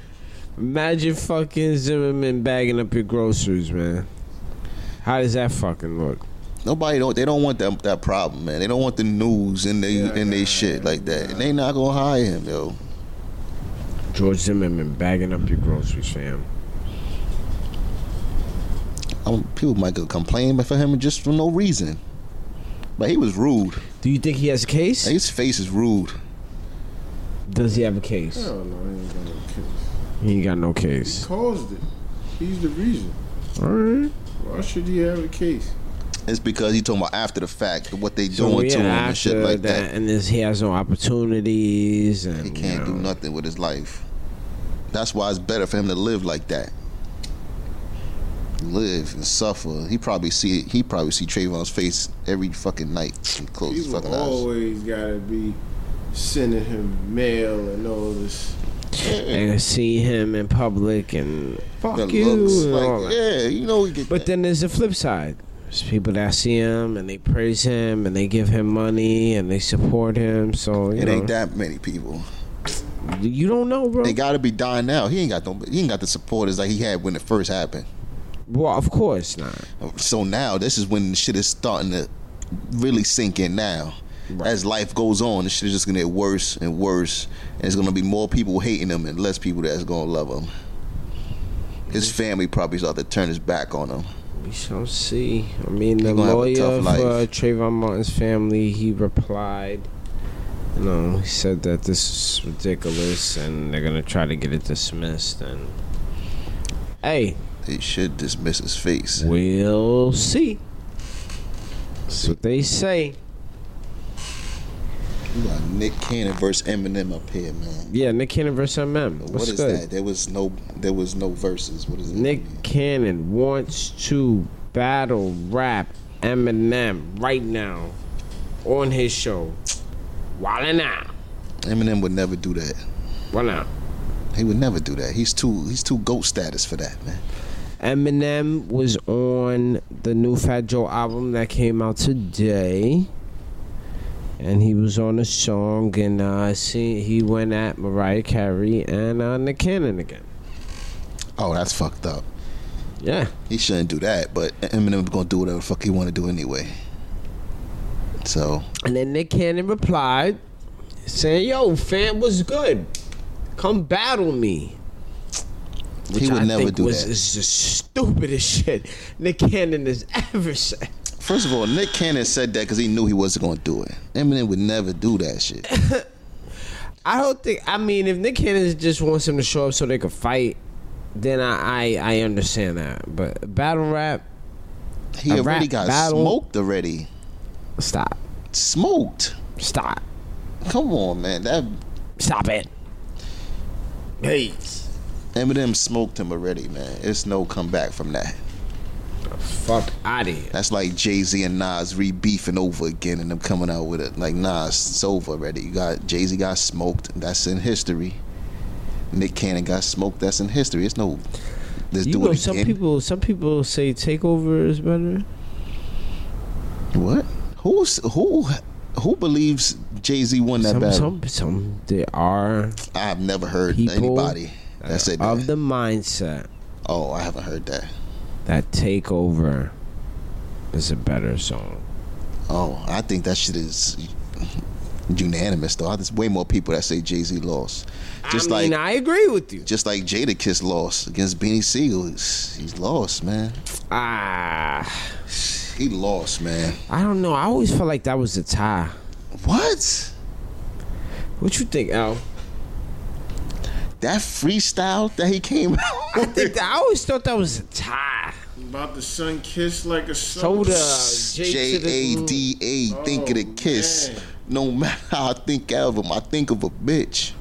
Speaker 1: Imagine fucking Zimmerman bagging up your groceries, man. How does that fucking look?
Speaker 2: Nobody don't they don't want that that problem, man. They don't want the news and they
Speaker 3: Yeah,
Speaker 2: and they
Speaker 3: yeah,
Speaker 2: shit
Speaker 3: yeah,
Speaker 2: like that. And they not gonna hire him, yo.
Speaker 1: George Zimmerman bagging up your groceries, fam.
Speaker 2: I'm, people might go complain for him just for no reason. But he was rude.
Speaker 1: Do you think he has a case?
Speaker 2: His face is rude.
Speaker 1: Does he have a case?
Speaker 3: Hell no, he ain't got no kids.
Speaker 1: He ain't got no
Speaker 3: He
Speaker 1: case.
Speaker 3: caused it. He's the reason.
Speaker 1: Alright.
Speaker 3: Why should he have a case?
Speaker 2: It's because he talking about after the fact what they
Speaker 1: So
Speaker 2: doing
Speaker 1: yeah,
Speaker 2: to him and
Speaker 1: after
Speaker 2: shit like
Speaker 1: that,
Speaker 2: that.
Speaker 1: and this, he has no opportunities, and
Speaker 2: He can't
Speaker 1: you
Speaker 2: do
Speaker 1: know.
Speaker 2: nothing with his life. That's why it's better for him to live like that. Live and suffer. He probably see he probably see Trayvon's face every fucking night. He close his
Speaker 3: People
Speaker 2: fucking eyes.
Speaker 3: always gotta be sending him mail and all this.
Speaker 1: and see him in public, and fuck
Speaker 2: that
Speaker 1: you.
Speaker 2: looks
Speaker 1: and all
Speaker 2: like
Speaker 1: that.
Speaker 2: yeah, you know. We get
Speaker 1: But
Speaker 2: that.
Speaker 1: then there's the flip side. It's people that see him and they praise him and they give him money and they support him. So you
Speaker 2: It
Speaker 1: know,
Speaker 2: ain't that many people.
Speaker 1: you don't know, bro.
Speaker 2: They gotta be dying now. He ain't got no. He ain't got the supporters like he had when it first happened.
Speaker 1: well, of course not.
Speaker 2: So now this is when shit is starting to really sink in now.
Speaker 1: Right.
Speaker 2: As life goes on, this shit is just gonna get worse and worse, and it's gonna be more people hating him and less people that's gonna love him. His family probably start to turn his back on him.
Speaker 1: We shall see. I mean, the
Speaker 2: gonna have a
Speaker 1: lawyer
Speaker 2: tough life.
Speaker 1: for Trayvon Martin's family, he replied, you know, he said that this is ridiculous and they're going to try to get it dismissed. And hey,
Speaker 2: They should dismiss his face.
Speaker 1: we'll see. That's what they say.
Speaker 2: You got Nick Cannon versus Eminem up here, man.
Speaker 1: Yeah, Nick Cannon versus MM.
Speaker 2: What
Speaker 1: What's
Speaker 2: is
Speaker 1: good?
Speaker 2: that? There was no, there was no verses. What is that?
Speaker 1: Nick
Speaker 2: mean?
Speaker 1: Cannon wants to battle rap Eminem right now on his show. Why now?
Speaker 2: Eminem would never do that.
Speaker 1: Why now?
Speaker 2: He would never do that. He's too, he's too goat status for that, man.
Speaker 1: Eminem was on the new Fat Joe album that came out today. And he was on a song, and uh, see, he went at Mariah Carey and uh, Nick Cannon again.
Speaker 2: Oh, that's fucked up.
Speaker 1: Yeah.
Speaker 2: He shouldn't do that, but Eminem gonna do whatever the fuck he wanna do anyway. So
Speaker 1: And then Nick Cannon replied, saying, Yo, fam, what's good? Come battle me.
Speaker 2: he
Speaker 1: Which
Speaker 2: would
Speaker 1: I
Speaker 2: never
Speaker 1: think
Speaker 2: do
Speaker 1: was,
Speaker 2: that.
Speaker 1: Is the stupidest *laughs* shit Nick Cannon has ever said.
Speaker 2: First of all, Nick Cannon said that because he knew he wasn't gonna do it. Eminem would never do that shit.
Speaker 1: I don't think. I mean, if Nick Cannon just wants him to show up so they could fight, then I I, I understand that. But battle rap,
Speaker 2: He
Speaker 1: A
Speaker 2: already
Speaker 1: rap
Speaker 2: got
Speaker 1: battle?
Speaker 2: smoked already.
Speaker 1: stop,
Speaker 2: Smoked.
Speaker 1: stop,
Speaker 2: Come on, man. That
Speaker 1: stop it. Hey,
Speaker 2: Eminem smoked him already, man. It's no comeback from that.
Speaker 1: fuck out of here.
Speaker 2: That's like Jay Z and Nas re beefing over again and them coming out with it. Like Nas, it's over already. You got Jay Z got smoked. That's in history. Nick Cannon got smoked. That's in history. It's no. Let's
Speaker 1: You
Speaker 2: do
Speaker 1: know,
Speaker 2: it
Speaker 1: some
Speaker 2: again.
Speaker 1: people some people say takeover is better.
Speaker 2: what? Who's who? Who believes Jay Z won that
Speaker 1: Some
Speaker 2: battle?
Speaker 1: some some there are
Speaker 2: I've never heard
Speaker 1: people
Speaker 2: anybody that said
Speaker 1: of
Speaker 2: that.
Speaker 1: the mindset
Speaker 2: oh, I haven't heard that.
Speaker 1: that takeover is a better song.
Speaker 2: Oh, I think that shit is unanimous though. There's way more people that say Jay Z lost. Just
Speaker 1: I mean,
Speaker 2: like
Speaker 1: I agree with you.
Speaker 2: Just like Jada Kiss lost against Beanie Siegel. He's, he's lost, man.
Speaker 1: Ah.
Speaker 2: He lost, man.
Speaker 1: I don't know. I always felt like that was a tie.
Speaker 2: What?
Speaker 1: What you think, *laughs* Al?
Speaker 2: That freestyle that he came out
Speaker 1: I
Speaker 2: with.
Speaker 1: think that, I always thought that was a tie.
Speaker 3: About the sun kiss like a summer-
Speaker 1: Soda, J Uh, to
Speaker 2: J
Speaker 1: the-
Speaker 2: A D A, think of the
Speaker 3: Oh,
Speaker 2: kiss.
Speaker 3: man.
Speaker 2: No matter how I think of him, I think of a bitch.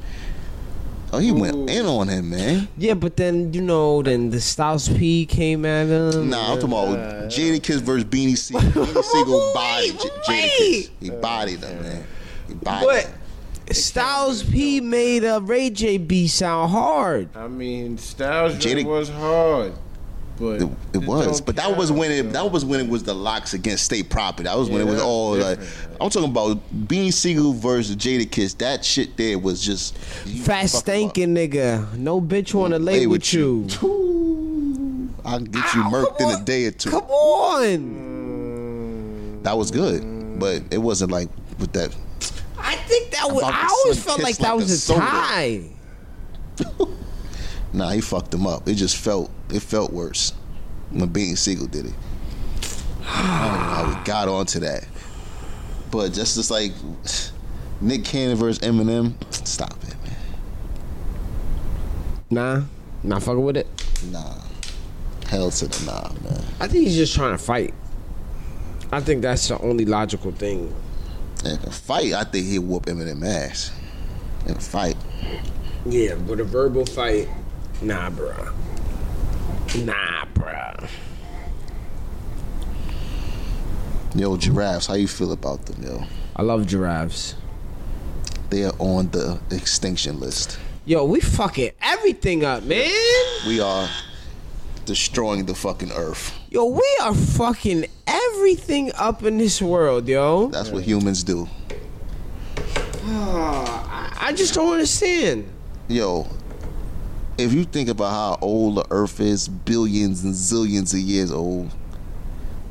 Speaker 2: Oh, he went
Speaker 3: Ooh.
Speaker 2: in on him, man.
Speaker 1: Yeah, but then you know, then the Styles P came at him.
Speaker 2: Nah, I'm talking about Jada Kiss versus Beanie Siegel. Beanie Siegel
Speaker 1: Wait,
Speaker 2: bodied J- Jada Kiss. He bodied him, man. He bodied
Speaker 1: But
Speaker 2: him.
Speaker 1: Styles P made uh, Ray J B sound hard.
Speaker 3: I mean, Styles
Speaker 2: Jada-
Speaker 3: Jada, was hard, but
Speaker 2: It, it was,
Speaker 3: don't
Speaker 2: but that
Speaker 3: count,
Speaker 2: was when it
Speaker 3: though.
Speaker 2: that was when it was the locks against state property. That was when it
Speaker 3: Yeah,
Speaker 2: was
Speaker 3: that was
Speaker 2: all like
Speaker 3: different.
Speaker 2: I'm talking about Beanie Siegel versus Jada Kiss. That shit there was just you
Speaker 1: Fat
Speaker 2: fuck 'em up.
Speaker 1: stinking nigga, no bitch wanna lay with, you.
Speaker 2: Ooh, I'll get you
Speaker 1: Ow,
Speaker 2: murked
Speaker 1: come
Speaker 2: in a
Speaker 1: on.
Speaker 2: day or two.
Speaker 1: Come on,
Speaker 2: That was good, but it wasn't like with that.
Speaker 1: I think that was.
Speaker 2: About
Speaker 1: I
Speaker 2: the
Speaker 1: always
Speaker 2: sun
Speaker 1: felt
Speaker 2: kiss
Speaker 1: like that
Speaker 2: like a
Speaker 1: was a
Speaker 2: soda.
Speaker 1: tie.
Speaker 2: Nah, he fucked him up. It just felt it felt worse when Beanie Siegel did it. I don't know how we got onto that, but just just like Nick Cannon versus Eminem. Stop it, man.
Speaker 1: Nah, not fucking with it.
Speaker 2: Nah. Hell to the nah, man.
Speaker 1: I think he's just trying to fight. I think that's the only logical thing.
Speaker 2: In a fight, I think he'd whoop Eminem ass. In a fight.
Speaker 1: Yeah, but a verbal fight, nah, bruh. Nah, bruh.
Speaker 2: Yo, giraffes, how you feel about them, yo?
Speaker 1: I love giraffes.
Speaker 2: They are on the extinction list.
Speaker 1: Yo, we fucking everything up, man.
Speaker 2: We are destroying the fucking earth.
Speaker 1: Yo, we are fucking everything up in this world, yo.
Speaker 2: That's what humans do.
Speaker 1: Ah, I, I just don't understand.
Speaker 2: Yo, if you think about how old the Earth is, billions and zillions of years old,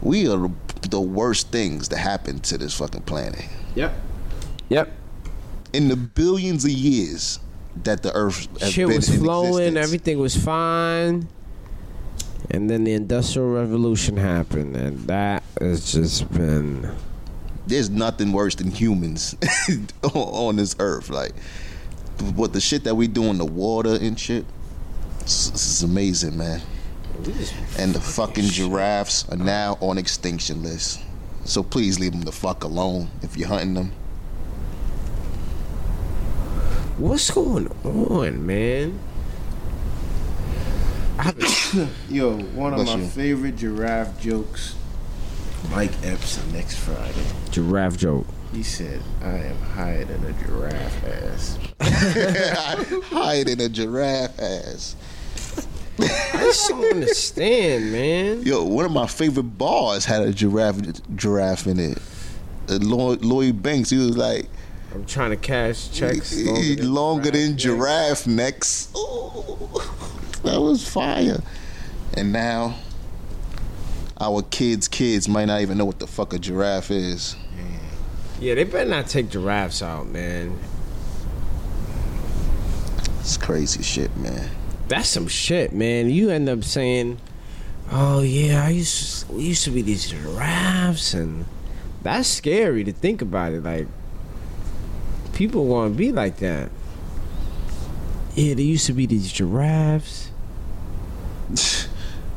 Speaker 2: we are the worst things that happened to this fucking planet.
Speaker 3: Yep.
Speaker 1: Yep.
Speaker 2: In the billions of years that the Earth has
Speaker 1: Shit
Speaker 2: been
Speaker 1: was
Speaker 2: in
Speaker 1: flowing,
Speaker 2: existence,
Speaker 1: everything was fine. And then the Industrial Revolution happened, and that has just been.
Speaker 2: there's nothing worse than humans *laughs* on- on this Earth. Like, what the shit that we do in the water and shit, this is amazing, man. and the fucking giraffes are now on extinction list. So please leave them the fuck alone if you're hunting them. *laughs*
Speaker 1: What's going on, man?
Speaker 3: Yo, one of
Speaker 2: Bless
Speaker 3: my
Speaker 2: you.
Speaker 3: favorite giraffe jokes. Mike Epps next Friday.
Speaker 1: Giraffe joke.
Speaker 3: He said, "I am higher than a giraffe ass."
Speaker 2: Hide in a giraffe ass.
Speaker 1: I just don't understand, man.
Speaker 2: Yo, one of my favorite bars had a giraffe giraffe in it. Uh, Lloyd, Lloyd Banks, he was like,
Speaker 1: I'm trying to cash checks
Speaker 2: "E- e- longer than giraffe necks. Ooh, that was fire. And now, our kids' kids might not even know what the fuck a giraffe is.
Speaker 1: Yeah, they better not take giraffes out, man.
Speaker 2: It's crazy shit, man.
Speaker 1: That's some shit, man. You end up saying, "Oh yeah, I used we used to be these giraffes," and that's scary to think about it. Like people want to be like that. Yeah, there used to be these giraffes.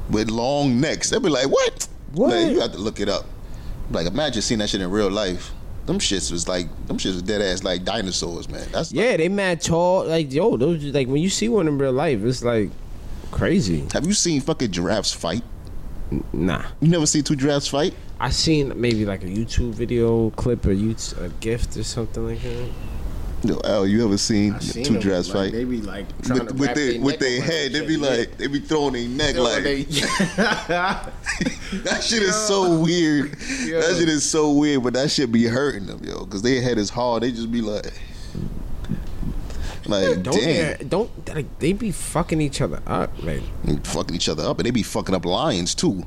Speaker 2: with long necks. They'll be like, what?
Speaker 1: What?
Speaker 2: Like, you have to look it up. Like, imagine seeing that shit in real life. Them shits was like, them shits was dead ass like dinosaurs, man. That's
Speaker 1: Yeah, they mad tall. Like yo, those like when you see one in real life, it's like crazy.
Speaker 2: Have you seen fucking giraffes fight?
Speaker 1: Nah.
Speaker 2: You never see two giraffes fight?
Speaker 1: I seen maybe like a YouTube video clip or YouTube, a gift or something like that.
Speaker 2: No, L, you ever seen,
Speaker 3: I seen
Speaker 2: two
Speaker 3: them,
Speaker 2: giraffes
Speaker 3: like,
Speaker 2: fight?
Speaker 3: They be like trying
Speaker 2: With,
Speaker 3: to
Speaker 2: with
Speaker 3: wrap
Speaker 2: their with
Speaker 3: neck
Speaker 2: their
Speaker 3: around
Speaker 2: head, they
Speaker 3: shit.
Speaker 2: be
Speaker 3: Yeah.
Speaker 2: like they be throwing their neck
Speaker 3: Yo,
Speaker 2: like
Speaker 3: they- *laughs*
Speaker 2: *laughs* that shit is so
Speaker 3: *laughs*
Speaker 2: weird.
Speaker 3: Yo.
Speaker 2: That shit is so weird, but that shit be hurting them, yo, because their head is hard. They just be like, like
Speaker 1: Don't
Speaker 2: damn,
Speaker 1: they, don't like they be fucking each other up. Like
Speaker 2: and fucking each other up, and they be fucking up lions too.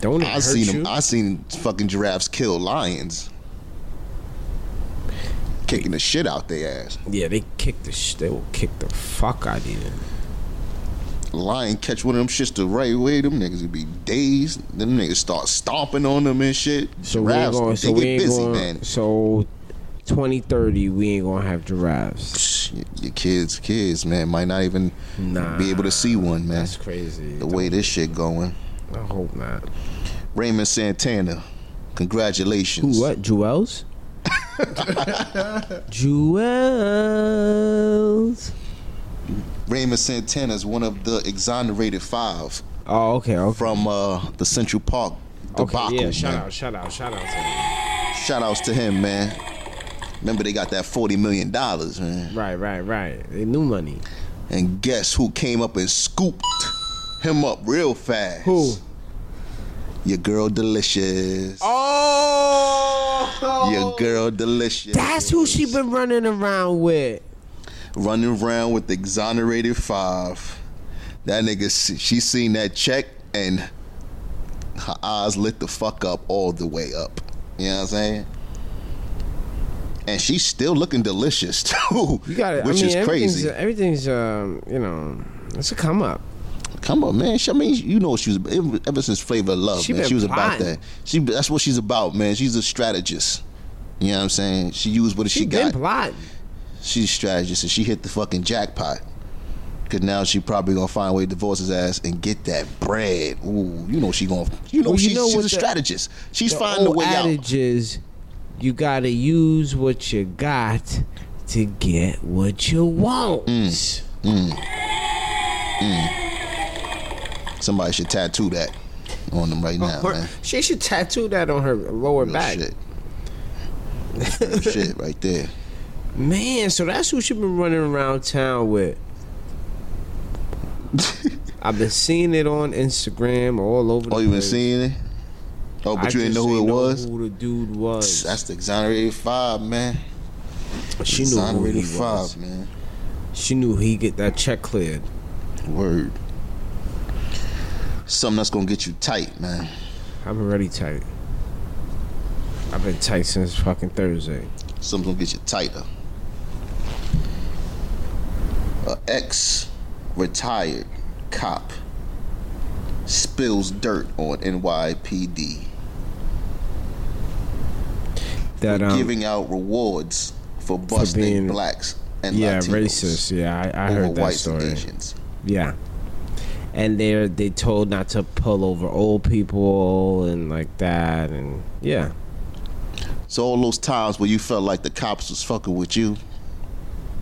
Speaker 1: don't it
Speaker 2: I
Speaker 1: hurt
Speaker 2: seen
Speaker 1: you?
Speaker 2: them. I seen fucking giraffes kill lions, kicking the shit out their ass.
Speaker 1: yeah, they kick the sh- they will kick the fuck out of you.
Speaker 2: Lion catch one of them shits the right way, them niggas would be dazed. Them niggas start stomping on them and shit.
Speaker 1: So we ain't going.
Speaker 2: they
Speaker 1: So we
Speaker 2: get
Speaker 1: ain't
Speaker 2: busy,
Speaker 1: going.
Speaker 2: man.
Speaker 1: So twenty thirty, we ain't gonna have giraffes.
Speaker 2: Your- Your kids, kids, man, might not even
Speaker 1: Nah,
Speaker 2: be able to see one, man.
Speaker 1: That's crazy.
Speaker 2: The way this shit going.
Speaker 1: I hope not.
Speaker 2: Raymond Santana, congratulations.
Speaker 1: Who? What?
Speaker 2: *laughs*
Speaker 1: Jewels? Jewels.
Speaker 2: Raymond Santana is one of the exonerated five
Speaker 1: Oh, okay. Okay.
Speaker 2: from uh, the Central Park debacle.
Speaker 1: okay. Yeah. Shout
Speaker 2: man.
Speaker 1: out. Shout out. Shout out. To him.
Speaker 2: Shout outs to him, man. Remember they got that forty million dollars, man.
Speaker 1: Right, right, right. They new money.
Speaker 2: And guess who came up and scooped him up real fast? Your girl Delicious.
Speaker 1: Oh,
Speaker 2: Your girl Delicious.
Speaker 1: that's who she been running around with.
Speaker 2: running around with the exonerated five. That nigga, se- she seen that check and her eyes lit the fuck up all the way up. You know what I'm saying? And she's still looking delicious *laughs* too,
Speaker 1: You got it.
Speaker 2: which
Speaker 1: I mean,
Speaker 2: is
Speaker 1: everything's, uh,
Speaker 2: crazy.
Speaker 1: Everything's, um, you know, it's a come up.
Speaker 2: Come on, man. She, I mean, you know, she was ever- ever since Flavor of Love,
Speaker 1: She
Speaker 2: man.
Speaker 1: been
Speaker 2: She was about
Speaker 1: plotting.
Speaker 2: that. She that's what she's about, man. She's a strategist. You know what I'm saying? She used what she,
Speaker 1: She, been
Speaker 2: got.
Speaker 1: plotting.
Speaker 2: she's a strategist, and she hit the fucking jackpot. Cause now she probably gonna find a way to divorce his ass and get that bread. Ooh, you know she gonna. You know
Speaker 1: Well, you
Speaker 2: she's,
Speaker 1: know
Speaker 2: she's
Speaker 1: what
Speaker 2: a
Speaker 1: the-
Speaker 2: strategist. She's
Speaker 1: The
Speaker 2: finding a
Speaker 1: old
Speaker 2: way out.
Speaker 1: adage is, you gotta use what you got to get what you want.
Speaker 2: Mm. Somebody should tattoo that on them right now,
Speaker 1: Her-
Speaker 2: man.
Speaker 1: she should tattoo that on her lower
Speaker 2: Real
Speaker 1: back. *laughs*
Speaker 2: shit. That's real shit right there. *laughs*
Speaker 1: Man, so that's who she been running around town with. I've been seeing it on Instagram all over.
Speaker 2: Oh,
Speaker 1: the
Speaker 2: you been
Speaker 1: place.
Speaker 2: seeing it? Oh, but
Speaker 1: I
Speaker 2: you
Speaker 1: just
Speaker 2: didn't know who it
Speaker 1: ain't
Speaker 2: was.
Speaker 1: Who the dude was?
Speaker 2: That's the exonerated five, man.
Speaker 1: she knew who he
Speaker 2: exonerated
Speaker 1: was.
Speaker 2: five, man.
Speaker 1: She knew he get that check cleared.
Speaker 2: Word. Something that's gonna get you tight, man.
Speaker 1: I'm already tight. I've been tight since fucking Thursday.
Speaker 2: Something's gonna get you tighter. A ex retired cop spills dirt on NYPD,
Speaker 1: That um,
Speaker 2: giving out rewards for busting
Speaker 1: being-
Speaker 2: blacks and
Speaker 1: yeah,
Speaker 2: Latinos
Speaker 1: racist. Yeah, I, I
Speaker 2: over
Speaker 1: heard that
Speaker 2: whites
Speaker 1: story.
Speaker 2: and Asians.
Speaker 1: Yeah. And they're they told not to pull over old people and like that and yeah.
Speaker 2: So all those times where you felt like the cops was fucking with you,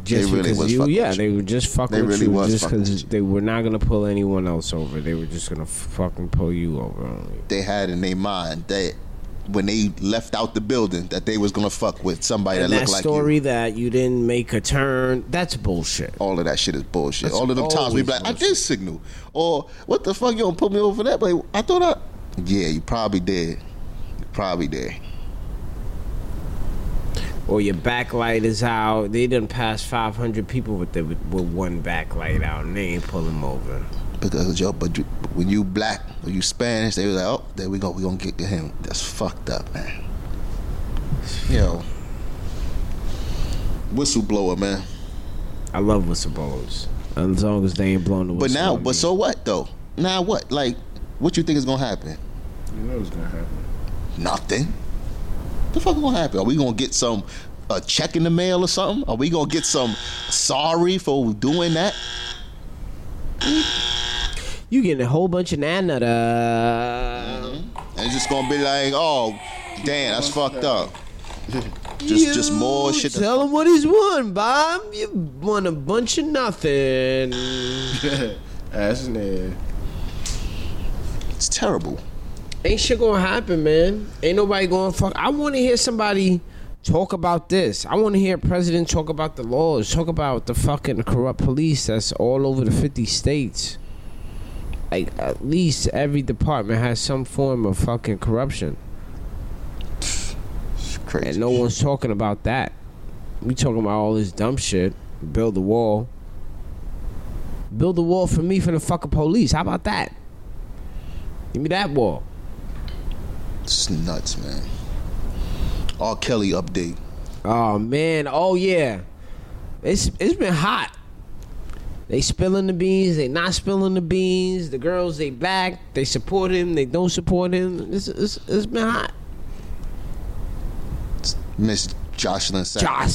Speaker 1: Just
Speaker 2: They really
Speaker 1: because
Speaker 2: was
Speaker 1: you
Speaker 2: fucking
Speaker 1: yeah,
Speaker 2: with
Speaker 1: they were just fucking
Speaker 2: They
Speaker 1: with
Speaker 2: really
Speaker 1: you
Speaker 2: was
Speaker 1: just
Speaker 2: fucking with
Speaker 1: because
Speaker 2: you.
Speaker 1: they were not gonna pull anyone else over. They were just gonna fucking pull you over only.
Speaker 2: they had in their mind that when they left out the building that they was gonna fuck with somebody
Speaker 1: And
Speaker 2: that
Speaker 1: that
Speaker 2: looked like
Speaker 1: story
Speaker 2: you.
Speaker 1: that you didn't make a turn, that's bullshit.
Speaker 2: All of that shit is bullshit.
Speaker 1: That's
Speaker 2: all of them times we be
Speaker 1: always
Speaker 2: like, I did signal, or what the fuck you gonna put me over for that? But I thought I, yeah, you probably did, you probably did.
Speaker 1: Or your backlight is out. They done passed five hundred people with the, with one backlight out and they ain't pull them over.
Speaker 2: Because yo, but you- when you black or you Spanish, they was like, oh, there we go, we gonna get to him. That's fucked up, man. Yo, whistleblower, man.
Speaker 1: I love whistleblowers. As long as they ain't blown the whistle.
Speaker 2: But now,
Speaker 1: at
Speaker 2: but
Speaker 1: me.
Speaker 2: so what though? Now what? Like, what you think is gonna happen?
Speaker 3: You know what's gonna happen. *laughs*
Speaker 2: Nothing. The fuck gonna happen? Are we gonna get some a check in the mail or something? Are we gonna get some sorry for doing that?
Speaker 1: You getting a whole bunch of nanada.
Speaker 2: And it's just gonna be like, oh, damn, that's
Speaker 1: *laughs*
Speaker 2: fucked up. Just, just more shit. to-
Speaker 1: Tell him what he's won, Bob. You won a bunch of nothing.
Speaker 3: Ass in there.
Speaker 2: It's terrible.
Speaker 1: Ain't shit gonna happen, man. Ain't nobody gonna fuck. I want to hear somebody talk about this. I want to hear a president talk about the laws, talk about the fucking corrupt police that's all over the fifty states. Like at least every department has some form of fucking corruption.
Speaker 2: It's crazy.
Speaker 1: And no one's talking about that. We talking about all this dumb shit. Build the wall. Build the wall for me from the fucking police. How about that? Give me that wall.
Speaker 2: It's nuts, man. R. Kelly update.
Speaker 1: Oh man. Oh yeah. It's it's been hot. They spilling the beans. They not spilling the beans. The girls they black. They support him. They don't support him. It's it's, it's been hot.
Speaker 2: Miss Jocelyn Savage.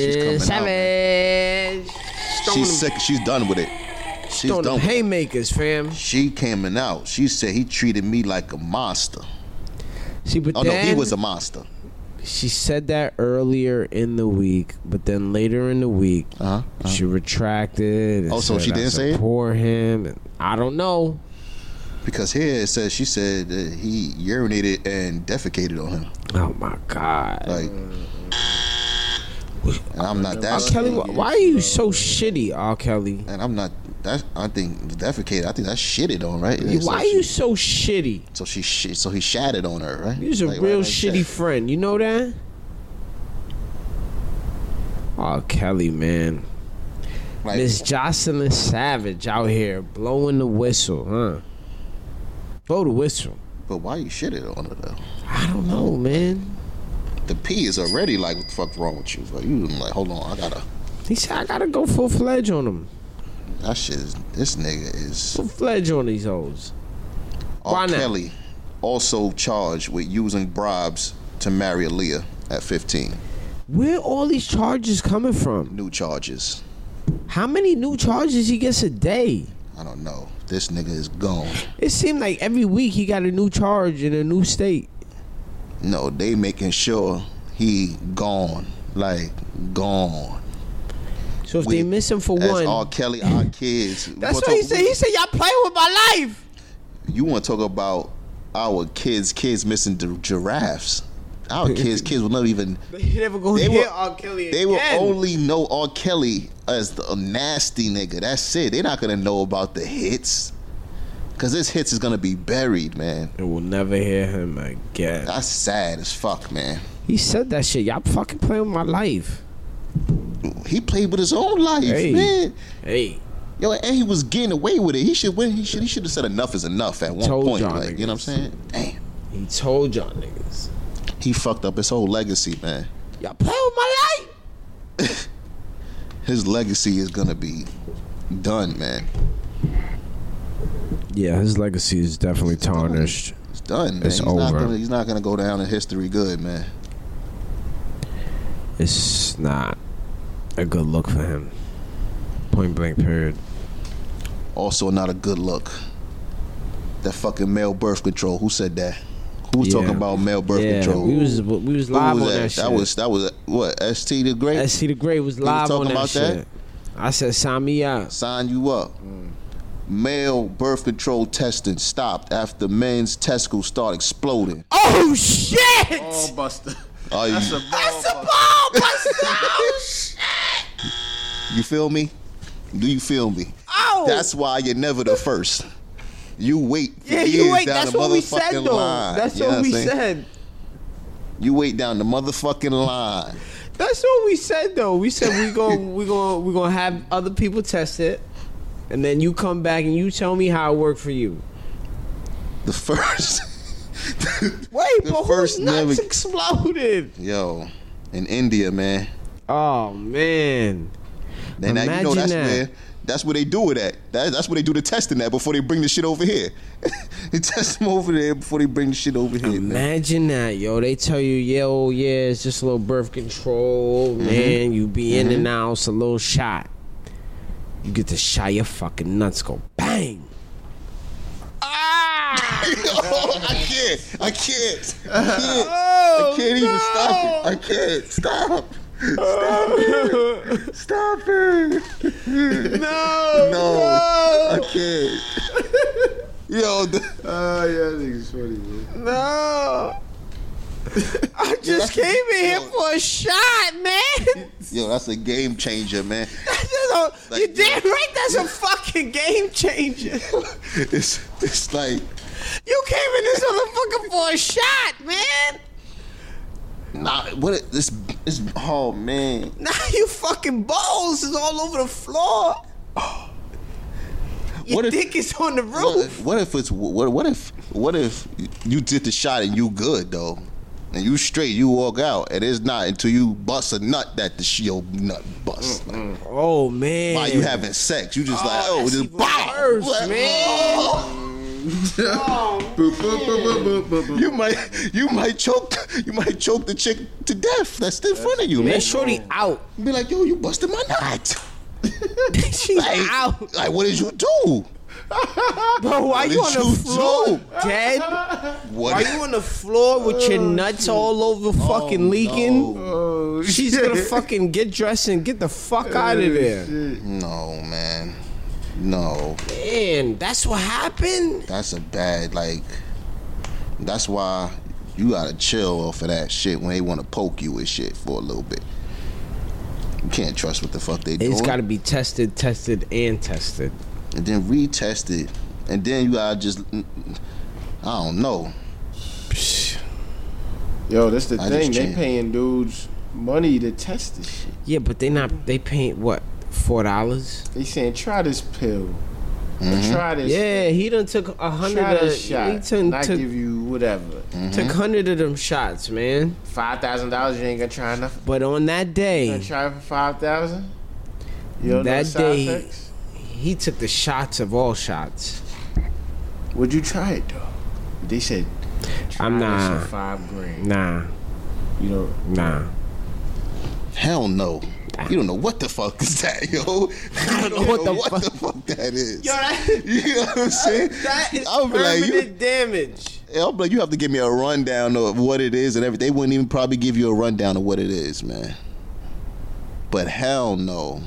Speaker 2: She's coming
Speaker 1: Jocelyn
Speaker 2: out, man.
Speaker 1: Savage. Stone
Speaker 2: She's
Speaker 1: them,
Speaker 2: sick. She's done with it. She's
Speaker 1: stone
Speaker 2: done
Speaker 1: them
Speaker 2: with it.
Speaker 1: haymakers, fam.
Speaker 2: She came in out. She said he treated me like a monster.
Speaker 1: See, but
Speaker 2: Oh no,
Speaker 1: then
Speaker 2: he was a monster.
Speaker 1: she said that earlier in the week, but then later in the week
Speaker 2: Uh-huh,
Speaker 1: she retracted. And
Speaker 2: Oh, so
Speaker 1: said,
Speaker 2: she
Speaker 1: "I
Speaker 2: didn't say it?
Speaker 1: support him. And I don't know.
Speaker 2: Because here it says she said that he urinated and defecated on him.
Speaker 1: Oh my god,
Speaker 2: Like, and I'm not
Speaker 1: R.
Speaker 2: that.
Speaker 1: Kelly, wh- why are Uh, you so shitty, R. Kelly?
Speaker 2: And I'm not that. I think defecated. I think that's shitted on, right?
Speaker 1: You-
Speaker 2: So
Speaker 1: Why are
Speaker 2: she-
Speaker 1: you so shitty?
Speaker 2: So she shit. So he shattered on her, right?
Speaker 1: You're a
Speaker 2: Like,
Speaker 1: real
Speaker 2: right like
Speaker 1: shitty
Speaker 2: that.
Speaker 1: friend. You know that? R. Kelly, man,
Speaker 2: Like,
Speaker 1: Miss Jocelyn Savage out here blowing the whistle, huh? Blow the whistle.
Speaker 2: but why you shitted on her though?
Speaker 1: I don't know, man.
Speaker 2: The P is already like, what the fuck wrong with you? Like, you like, hold on, I gotta.
Speaker 1: He said, I gotta go full fledged on him.
Speaker 2: That shit. Is, this nigga is
Speaker 1: Full fledged on these hoes. Why
Speaker 2: R.
Speaker 1: not?
Speaker 2: Kelly, also charged with using bribes to marry Aaliyah at 15.
Speaker 1: Where all these charges coming from?
Speaker 2: New charges.
Speaker 1: How many new charges he gets a day?
Speaker 2: I don't know. This nigga is gone.
Speaker 1: It seemed like every week he got a new charge in a new state.
Speaker 2: No, they making sure he gone. Like gone.
Speaker 1: So if
Speaker 2: We-
Speaker 1: they miss him for
Speaker 2: As
Speaker 1: one,
Speaker 2: R. Kelly, our kids.
Speaker 1: that's
Speaker 2: We'll
Speaker 1: what he
Speaker 2: talk-
Speaker 1: said. He said, y'all playing with my life.
Speaker 2: You want to talk about our kids? Kids missing the giraffes. Our kids, kids will not even.
Speaker 1: They never gonna
Speaker 2: They
Speaker 1: hear
Speaker 2: were-
Speaker 1: Oh, R. Kelly
Speaker 2: They
Speaker 1: again.
Speaker 2: will only know R. Kelly as the nasty nigga. That's it. They're not gonna know about the hits. Cause his hits is gonna be buried, man.
Speaker 1: And we'll never hear him again.
Speaker 2: That's sad as fuck, man.
Speaker 1: He said that shit. Y'all fucking playing with my life.
Speaker 2: He played with his own life,
Speaker 1: Hey.
Speaker 2: man.
Speaker 1: Hey,
Speaker 2: Yo, and he was getting away with it. He should win. He should. He should have said enough is enough at one
Speaker 1: Told
Speaker 2: point.
Speaker 1: y'all
Speaker 2: Like, you know what I'm saying? Damn,
Speaker 1: he told y'all niggas.
Speaker 2: he fucked up his whole legacy, man.
Speaker 1: Y'all playing with my life.
Speaker 2: His legacy is gonna be done, man.
Speaker 1: Yeah, his legacy is definitely tarnished.
Speaker 2: It's done, man.
Speaker 1: It's
Speaker 2: he's not
Speaker 1: over.
Speaker 2: gonna. He's not gonna go down in history good, man.
Speaker 1: It's not a good look for him. Point blank, period.
Speaker 2: Also, not a good look. That fucking male birth control. Who said that? Who was talking
Speaker 1: Yeah.
Speaker 2: about male birth
Speaker 1: yeah,
Speaker 2: control?
Speaker 1: we was we was
Speaker 2: Who
Speaker 1: live
Speaker 2: was
Speaker 1: on
Speaker 2: that?
Speaker 1: that, shit.
Speaker 2: that was that was what St the Great
Speaker 1: SC the Great was
Speaker 2: was
Speaker 1: live
Speaker 2: talking
Speaker 1: on that
Speaker 2: about that?
Speaker 1: shit. I said, sign me out.
Speaker 2: sign you up. Male birth control testing stopped after men's testicles start exploding.
Speaker 1: Oh shit!
Speaker 3: Ball buster.
Speaker 2: Are
Speaker 3: That's
Speaker 2: you-
Speaker 3: a ball buster.
Speaker 1: ball buster.
Speaker 2: You feel me? Do you feel me?
Speaker 1: Oh,
Speaker 2: That's why you're never the first. You wait. for
Speaker 1: yeah,
Speaker 2: years
Speaker 1: you wait.
Speaker 2: down
Speaker 1: That's
Speaker 2: the
Speaker 1: what we
Speaker 2: motherfucking
Speaker 1: said though.
Speaker 2: line.
Speaker 1: That's
Speaker 2: You know
Speaker 1: what we
Speaker 2: I'm saying?
Speaker 1: said.
Speaker 2: You wait down the motherfucking line.
Speaker 1: That's what we said though. We said we go we go we gonna have other people test it, and then you come back and you tell me how it worked for you.
Speaker 2: The first. *laughs*
Speaker 1: Wait,
Speaker 2: The
Speaker 1: but
Speaker 2: first
Speaker 1: who's nuts
Speaker 2: never-
Speaker 1: exploded?
Speaker 2: Yo, in India, man.
Speaker 1: Oh man.
Speaker 2: And now you know
Speaker 1: Imagine
Speaker 2: that's
Speaker 1: that.
Speaker 2: where that's where they do it at. That, that's where they do the testing at before they bring the shit over here. *laughs* they test them over there before they bring the shit over here, man.
Speaker 1: Imagine that, yo. They tell you, yo, yeah, it's just a little birth control, man. You be in and out, it's a little shot. You get to shot your fucking nuts, go bang. Ah!
Speaker 2: *laughs* Oh, I can't. I can't. I can't.
Speaker 1: *laughs* Oh,
Speaker 2: I can't even stop it. I can't. Stop. Stop it. Stop it.
Speaker 1: no,
Speaker 2: *laughs* No. I *laughs* can't. Yo, the,
Speaker 3: Oh, yeah, that nigga's funny, man.
Speaker 1: no. I just came in here for a shot,
Speaker 2: *laughs*
Speaker 1: man. *laughs*
Speaker 2: yo, that's a game changer, man.
Speaker 1: That's a, you
Speaker 2: Like, yeah.
Speaker 1: damn right, that's a fucking game changer. *laughs*
Speaker 2: It's it's like
Speaker 1: You came in this motherfucker for a shot, man.
Speaker 2: nah. What it, this? It's oh man.
Speaker 1: Now you fucking balls is all over the floor. Your
Speaker 2: What if-
Speaker 1: dick is on the
Speaker 2: What
Speaker 1: roof.
Speaker 2: if, what if it's what? What if what if you did the shot and you good though, and you straight you walk out and it's not until you bust a nut that the sh- your nut bust. Like,
Speaker 1: Oh man.
Speaker 2: while you having sex, you just like
Speaker 1: Oh,
Speaker 2: oh
Speaker 1: that's
Speaker 2: just
Speaker 1: even
Speaker 2: bow.
Speaker 1: worse,
Speaker 2: Like,
Speaker 1: man.
Speaker 2: oh.
Speaker 3: Boop, boop, boop, boop, boop, boop, boop.
Speaker 2: You might you might choke you might choke the chick to death that's in front of you, man.
Speaker 1: man, shorty out.
Speaker 2: Be like yo, you busted my nut.
Speaker 1: *laughs* She's
Speaker 2: Like,
Speaker 1: out.
Speaker 2: like what did you do?
Speaker 1: Bro, why you
Speaker 2: what
Speaker 1: on
Speaker 2: did
Speaker 1: the
Speaker 2: you
Speaker 1: floor
Speaker 2: do?
Speaker 1: dead?
Speaker 2: What?
Speaker 1: Why you on the floor with your nuts all over fucking leaking?
Speaker 2: No.
Speaker 3: Oh,
Speaker 1: She's
Speaker 2: *laughs*
Speaker 3: shit.
Speaker 1: gonna fucking get dressed and get the fuck out
Speaker 2: Oh,
Speaker 1: of there.
Speaker 3: Shit.
Speaker 2: no, man. No.
Speaker 1: Man, that's what happened.
Speaker 2: that's a bad like that's why you gotta chill off of that shit when they want to poke you with shit for a little bit you can't trust what the fuck they doing
Speaker 1: It's gotta be tested, tested, and tested.
Speaker 2: and then retest it and then you gotta just i don't know
Speaker 3: Yo, that's the
Speaker 2: I
Speaker 3: thing.
Speaker 2: just
Speaker 3: They
Speaker 2: cheated.
Speaker 3: paying dudes money to test this shit.
Speaker 1: Yeah, but they not. They paint what four dollars?
Speaker 3: They saying try this pill. Or Try this.
Speaker 1: Yeah, he done took a
Speaker 3: Try
Speaker 1: hundred.
Speaker 3: this
Speaker 1: of-
Speaker 3: shot.
Speaker 1: He
Speaker 3: and
Speaker 1: took
Speaker 3: I
Speaker 1: took,
Speaker 3: give you whatever.
Speaker 1: took hundred of them shots, man.
Speaker 3: Five thousand dollars. You ain't gonna try nothing.
Speaker 1: But on that
Speaker 3: You gonna
Speaker 1: day,
Speaker 3: try it for five thousand? You don't know
Speaker 1: That
Speaker 3: side
Speaker 1: day-
Speaker 3: effects?
Speaker 1: he took the shots of all shots.
Speaker 3: Would you try it though? They said. Try
Speaker 1: I'm
Speaker 3: This
Speaker 1: not.
Speaker 3: for five grand.
Speaker 1: Nah,
Speaker 3: You know.
Speaker 1: nah.
Speaker 2: hell no you don't know what the fuck is that, *laughs* yo. You don't know what, the, fuck. that is. *laughs* you know what I'm saying? I'll be like, you,
Speaker 1: damage.
Speaker 2: I'll be like, you have to give me a rundown of what it is and everything. They wouldn't even probably give you a rundown of what it is, man. But hell no.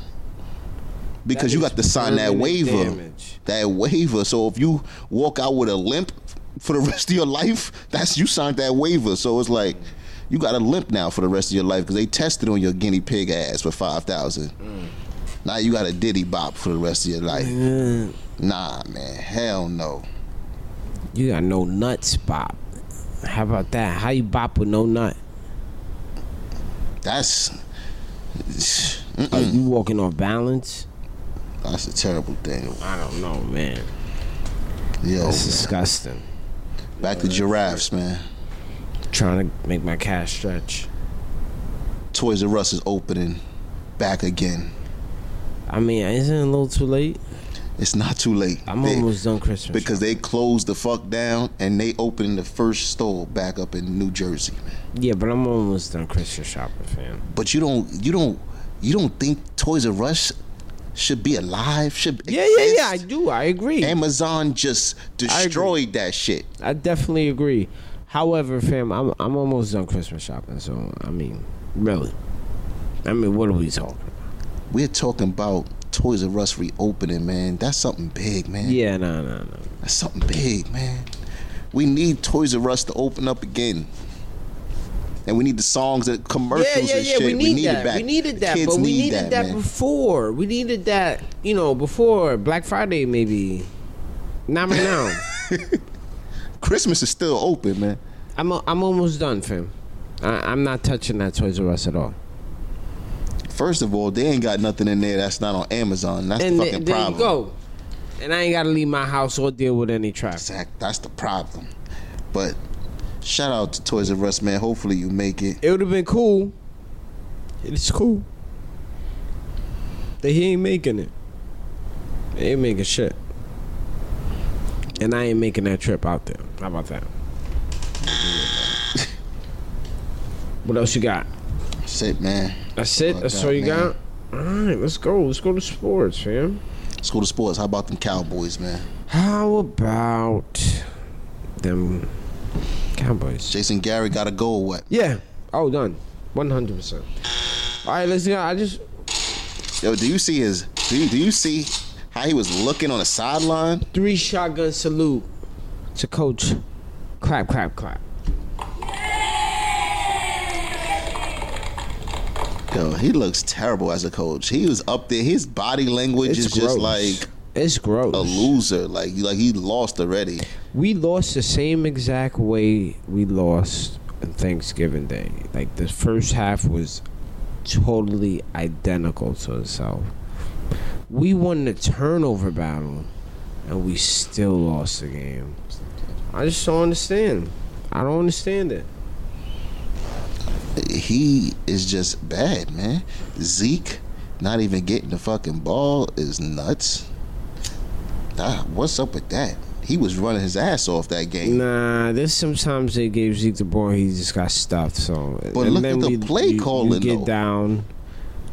Speaker 2: Because you got to sign that waiver. That waiver. So if you walk out with a limp for the *laughs* rest of your life, that's you signed that waiver. So it's like you got a limp now for the rest of your life because they tested on your guinea pig ass for five thousand. Now you got a diddy bop for the rest of your life. Nah, man, hell no.
Speaker 1: You got no nuts, Bob. How about that? How you bop with no nut?
Speaker 2: That's mm,
Speaker 1: Are you walking on balance?
Speaker 2: that's a terrible thing.
Speaker 1: I don't know, man.
Speaker 2: Yo,
Speaker 1: That's disgusting.
Speaker 2: back to giraffes, man.
Speaker 1: Trying to make my cash stretch.
Speaker 2: Toys R Us is opening back again.
Speaker 1: I mean, isn't it a little too late?
Speaker 2: It's not too late.
Speaker 1: I'm
Speaker 2: They-
Speaker 1: almost done Christmas.
Speaker 2: because they closed the fuck down and they opened the first store back up in New Jersey, man.
Speaker 1: shopping. yeah, but I'm almost done Christmas shopping, fam.
Speaker 2: But you don't, you don't, you don't think Toys R Us should be alive? Should
Speaker 1: Yeah, yeah, yeah. I
Speaker 2: exist?
Speaker 1: do. I agree.
Speaker 2: Amazon just
Speaker 1: agree.
Speaker 2: destroyed that shit.
Speaker 1: I definitely agree. However, fam, I'm I'm almost done Christmas shopping. So I mean, really, I mean, what are we talking?
Speaker 2: We're talking about Toys R Us reopening, man. That's something big, man.
Speaker 1: Yeah, no, no, no.
Speaker 2: That's something big, man. We need Toys R Us to open up again. And we need the songs and commercials
Speaker 1: Yeah, yeah,
Speaker 2: and
Speaker 1: yeah.
Speaker 2: shit.
Speaker 1: We need,
Speaker 2: it
Speaker 1: that.
Speaker 2: back.
Speaker 1: We needed
Speaker 2: The
Speaker 1: that,
Speaker 2: kids
Speaker 1: but we
Speaker 2: need
Speaker 1: needed that,
Speaker 2: man.
Speaker 1: before. We needed that, you know, before Black Friday, maybe. Not right
Speaker 2: *laughs*
Speaker 1: now.
Speaker 2: Christmas is still open, man.
Speaker 1: I'm a, I'm almost done, fam. I, I'm not touching that Toys R Us at all.
Speaker 2: First of all, they ain't got nothing in there that's not on Amazon. That's
Speaker 1: and
Speaker 2: the
Speaker 1: th-
Speaker 2: fucking
Speaker 1: there
Speaker 2: problem.
Speaker 1: you go. And I ain't gotta leave my house or deal with any traffic.
Speaker 2: Exact. That's the problem. But shout out to Toys R Us, man. Hopefully you make it.
Speaker 1: It would have been cool. It's cool. That he ain't making it. They ain't making shit. And I ain't making that trip out there. How about that? *laughs* what else you got?
Speaker 2: Shit, man.
Speaker 1: That's it?
Speaker 2: Fuck
Speaker 1: That's
Speaker 2: that,
Speaker 1: all you
Speaker 2: man.
Speaker 1: got? Alright, let's go. Let's go to sports, fam.
Speaker 2: Let's go to sports. How about them Cowboys, man?
Speaker 1: How about them Cowboys?
Speaker 2: Jason Gary got a goal. What?
Speaker 1: Yeah. Oh, done. 100%. All right, listen, I just.
Speaker 2: Yo, do you see his? Do you, do you see how he was looking on the sideline?
Speaker 1: Three shotgun salute to coach. Clap, clap, clap.
Speaker 2: Yo, he looks terrible as a coach. He was up there. His body language
Speaker 1: It's
Speaker 2: is
Speaker 1: gross.
Speaker 2: just like
Speaker 1: It's gross.
Speaker 2: a loser. Like like he lost already.
Speaker 1: we lost the same exact way we lost on Thanksgiving Day. Like the first half was totally identical to itself. We won the turnover battle and we still lost the game. I just don't understand. I don't understand it.
Speaker 2: he is just bad, man. Zeke not even getting the fucking ball is nuts. Ah, what's up with that? He was running his ass off that game.
Speaker 1: Nah, there's sometimes they gave Zeke the ball, he just got stuffed. So,
Speaker 2: But
Speaker 1: and
Speaker 2: look
Speaker 1: then
Speaker 2: at the
Speaker 1: we-
Speaker 2: play
Speaker 1: you- you
Speaker 2: calling,
Speaker 1: get
Speaker 2: though.
Speaker 1: down,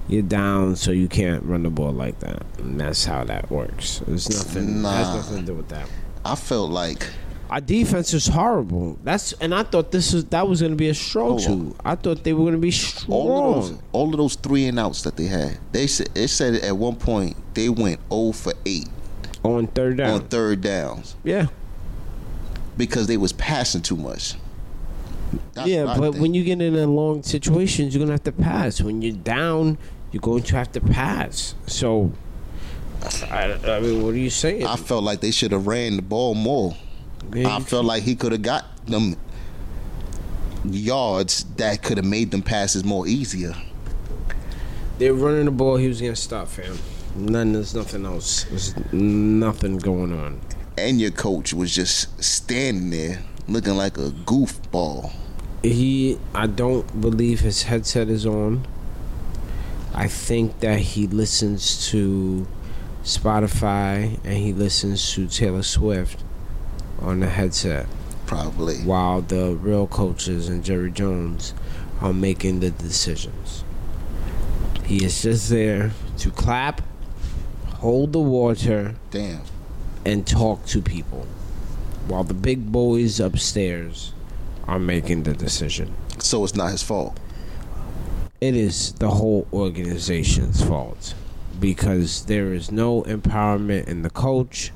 Speaker 1: you're down, so you can't run the ball like that. And that's how that works. There's nothing.
Speaker 2: Nah.
Speaker 1: Has nothing to do with that.
Speaker 2: I felt like
Speaker 1: Our defense is horrible. That's and I thought this was that was going to be a strong
Speaker 2: Hold on.
Speaker 1: two. I thought they were going to be strong.
Speaker 2: Oh. all of those all of those three and outs that they had. They said it said at one point they went 0 for 8
Speaker 1: on third down.
Speaker 2: on third downs
Speaker 1: yeah,
Speaker 2: because they was passing too much. That's
Speaker 1: yeah.
Speaker 2: what I
Speaker 1: But
Speaker 2: think.
Speaker 1: when you get in a long situations, you're going to have to pass. When you're down, you're going to have to pass. So, I, I mean, what are you saying?
Speaker 2: I felt like they should have ran the ball more.
Speaker 1: Man,
Speaker 2: I
Speaker 1: you
Speaker 2: felt like he could have got them yards that could have made them passes more easier.
Speaker 1: They're running the ball. He was getting stopped, fam. None. There's nothing else. There's nothing going on.
Speaker 2: And your coach was just standing there looking like a goofball.
Speaker 1: He. I don't believe his headset is on. I think that he listens to Spotify and he listens to Taylor Swift on the headset,
Speaker 2: Probably.
Speaker 1: while the real coaches and Jerry Jones are making the decisions. He is just there to clap, hold the water.
Speaker 2: Damn.
Speaker 1: and talk to people while the big boys upstairs are making the decision.
Speaker 2: So it's not his fault.
Speaker 1: It is the whole organization's fault because there is no empowerment in the coach.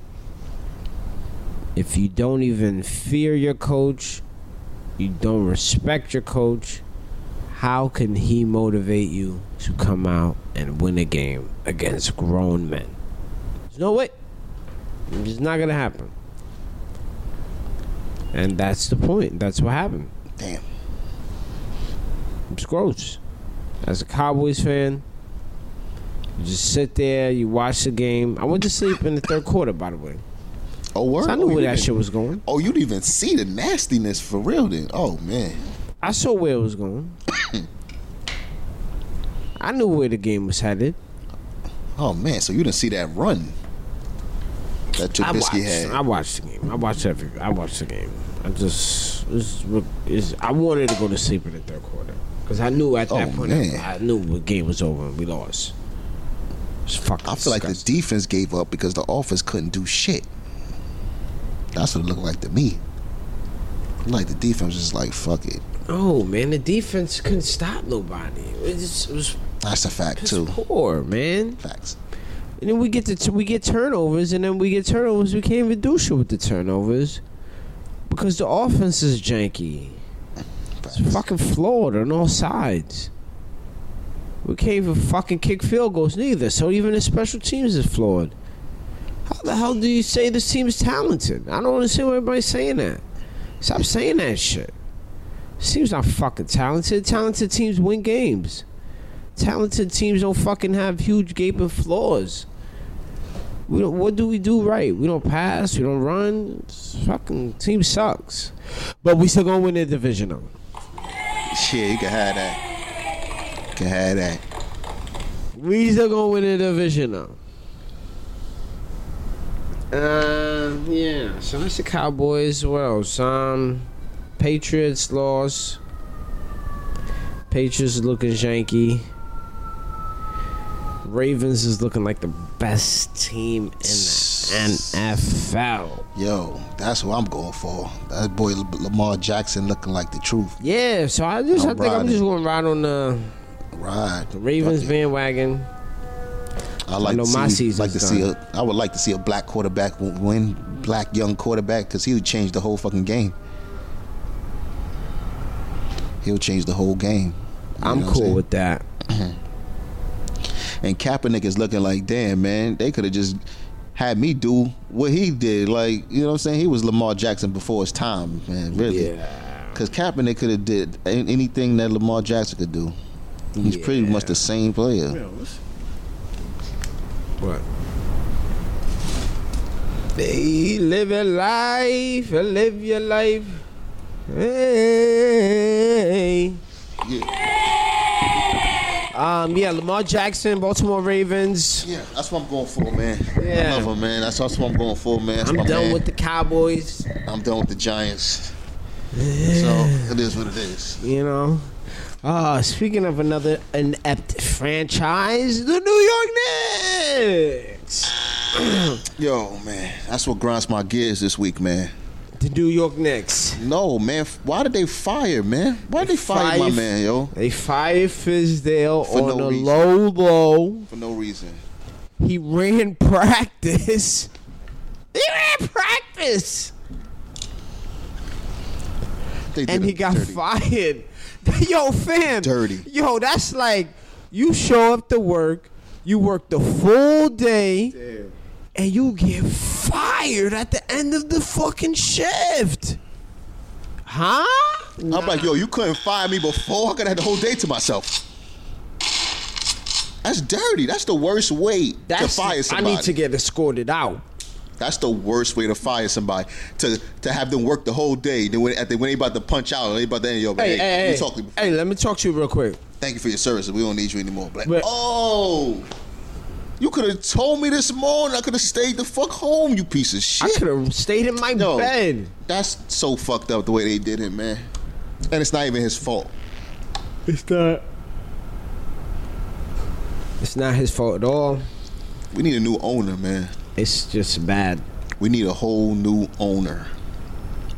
Speaker 1: If you don't even fear your coach, you don't respect your coach, how can he motivate you to come out and win a game against grown men? There's no way. It's not going to happen. And that's the point. That's what happened.
Speaker 2: Damn.
Speaker 1: It's gross. As a Cowboys fan, you just sit there, you watch the game. I went to sleep in the third quarter, by the way.
Speaker 2: Oh, word.
Speaker 1: So I
Speaker 2: Oh,
Speaker 1: knew
Speaker 2: you
Speaker 1: where that
Speaker 2: didn't-
Speaker 1: shit was going.
Speaker 2: Oh, you'd even see the nastiness for real then. Oh man.
Speaker 1: I saw where it was going. I knew where the game was headed.
Speaker 2: Oh man. So you didn't see that run that
Speaker 1: I watched.
Speaker 2: Trubisky had.
Speaker 1: I watched the game. I watched every. I watched the game. I just. It's, it's, I wanted to go to sleep in the third quarter because I knew at that
Speaker 2: Oh,
Speaker 1: point
Speaker 2: man.
Speaker 1: I, I knew the game was over and we lost. It's fucking.
Speaker 2: I feel like the
Speaker 1: disgusting.
Speaker 2: defense gave up because the offense couldn't do shit. That's what it looked like to me. Like the defense was just like, fuck it.
Speaker 1: Oh man, the defense couldn't stop nobody. It, just, it was
Speaker 2: That's a fact
Speaker 1: piss
Speaker 2: too.
Speaker 1: poor, man.
Speaker 2: Facts.
Speaker 1: And then we get to we get turnovers, and then we get turnovers. We can't even do shit with the turnovers because the offense is janky.
Speaker 2: Facts.
Speaker 1: It's fucking flawed on all sides. We can't even fucking kick field goals neither. So even the special teams is flawed. How the hell do you say this team is talented? I don't understand why everybody's saying that. Stop saying that shit. This team's not fucking talented. Talented teams win games. Talented teams don't fucking have huge gaping flaws. We don't, what do we do right? We don't pass. We don't run. It's fucking team sucks. But we still gonna win the division though.
Speaker 2: Shit, you can have that. You can have that.
Speaker 1: We still gonna win the division though. Uh, yeah. So that's the Cowboys. What else? Um, Patriots lost. Patriots looking janky. Ravens is looking like the best team in the NFL.
Speaker 2: Yo, that's what I'm going for. That boy Lamar Jackson looking like the truth.
Speaker 1: Yeah. So I just, i
Speaker 2: I'm
Speaker 1: think I'm just gonna
Speaker 2: riding.
Speaker 1: ride on the,
Speaker 2: Right.
Speaker 1: the Ravens
Speaker 2: Fuck it. bandwagon.
Speaker 1: bandwagon.
Speaker 2: I like
Speaker 1: I know
Speaker 2: to see,
Speaker 1: my season's
Speaker 2: like to see a, I would like to see a black quarterback w- win, black young quarterback, because he would change the whole fucking game. He'll change the whole game. You
Speaker 1: I'm
Speaker 2: know what
Speaker 1: cool
Speaker 2: saying?
Speaker 1: with that.
Speaker 2: And Kaepernick is looking like, damn man, they could have just had me do what he did. Like, you know what I'm saying? He was Lamar Jackson before his time, man. Really.
Speaker 1: Yeah.
Speaker 2: Because Kaepernick could have did a- anything that Lamar Jackson could do. He's pretty
Speaker 1: Yeah.
Speaker 2: much the same player.
Speaker 3: You know, let's-
Speaker 1: What? They live a life, and live your life. Hey. Um, yeah, Lamar Jackson, Baltimore Ravens.
Speaker 2: Yeah, that's what I'm going for, man.
Speaker 1: Yeah.
Speaker 2: I love him, man. That's, that's what I'm going for, man. That's
Speaker 1: I'm
Speaker 2: my
Speaker 1: done
Speaker 2: man.
Speaker 1: with the Cowboys,
Speaker 2: I'm done with the Giants. So it is what it is.
Speaker 1: you know. Uh, speaking of another inept franchise, the New York Knicks.
Speaker 2: Yo, man, that's what grinds my gears this week, man.
Speaker 1: The New York Knicks.
Speaker 2: No, man, f- why did they fire, man? Why did they fire my
Speaker 1: Five-
Speaker 2: man, yo?
Speaker 1: They fired Fizdale
Speaker 2: For
Speaker 1: on
Speaker 2: no
Speaker 1: a
Speaker 2: reason.
Speaker 1: low low.
Speaker 2: For no reason.
Speaker 1: He ran *laughs* practice. He ran practice,
Speaker 2: They did
Speaker 1: and
Speaker 2: him
Speaker 1: he got
Speaker 2: dirty.
Speaker 1: fired. *laughs* Yo, fam.
Speaker 2: Dirty.
Speaker 1: Yo, that's like you show up to work, you work the full day,
Speaker 3: Damn.
Speaker 1: and you get fired at the end of the fucking shift. Huh?
Speaker 2: I'm like, yo, you couldn't fire me before. I could have had the whole day to myself. That's dirty. That's the worst way
Speaker 1: That's,
Speaker 2: to fire
Speaker 1: I
Speaker 2: somebody.
Speaker 1: need to get escorted out.
Speaker 2: That's the worst way to fire somebody. To to have them work the whole day. Then when, at the, when they about to punch out, they about to end, yo, man,
Speaker 1: Hey,
Speaker 2: hey,
Speaker 1: hey,
Speaker 2: we
Speaker 1: hey.
Speaker 2: talked to you
Speaker 1: hey, let me talk to you real quick.
Speaker 2: thank you for your services. We don't need you anymore. Black.
Speaker 1: But-
Speaker 2: oh, you could have told me this morning. I could have stayed the fuck home. You piece of
Speaker 1: I
Speaker 2: shit.
Speaker 1: could have stayed in my
Speaker 2: Yo,
Speaker 1: bed.
Speaker 2: that's so fucked up the way they did it, man. And it's not even his fault.
Speaker 1: It's not. It's not his fault at all.
Speaker 2: We need a new owner, man.
Speaker 1: It's just bad.
Speaker 2: We need a whole new owner.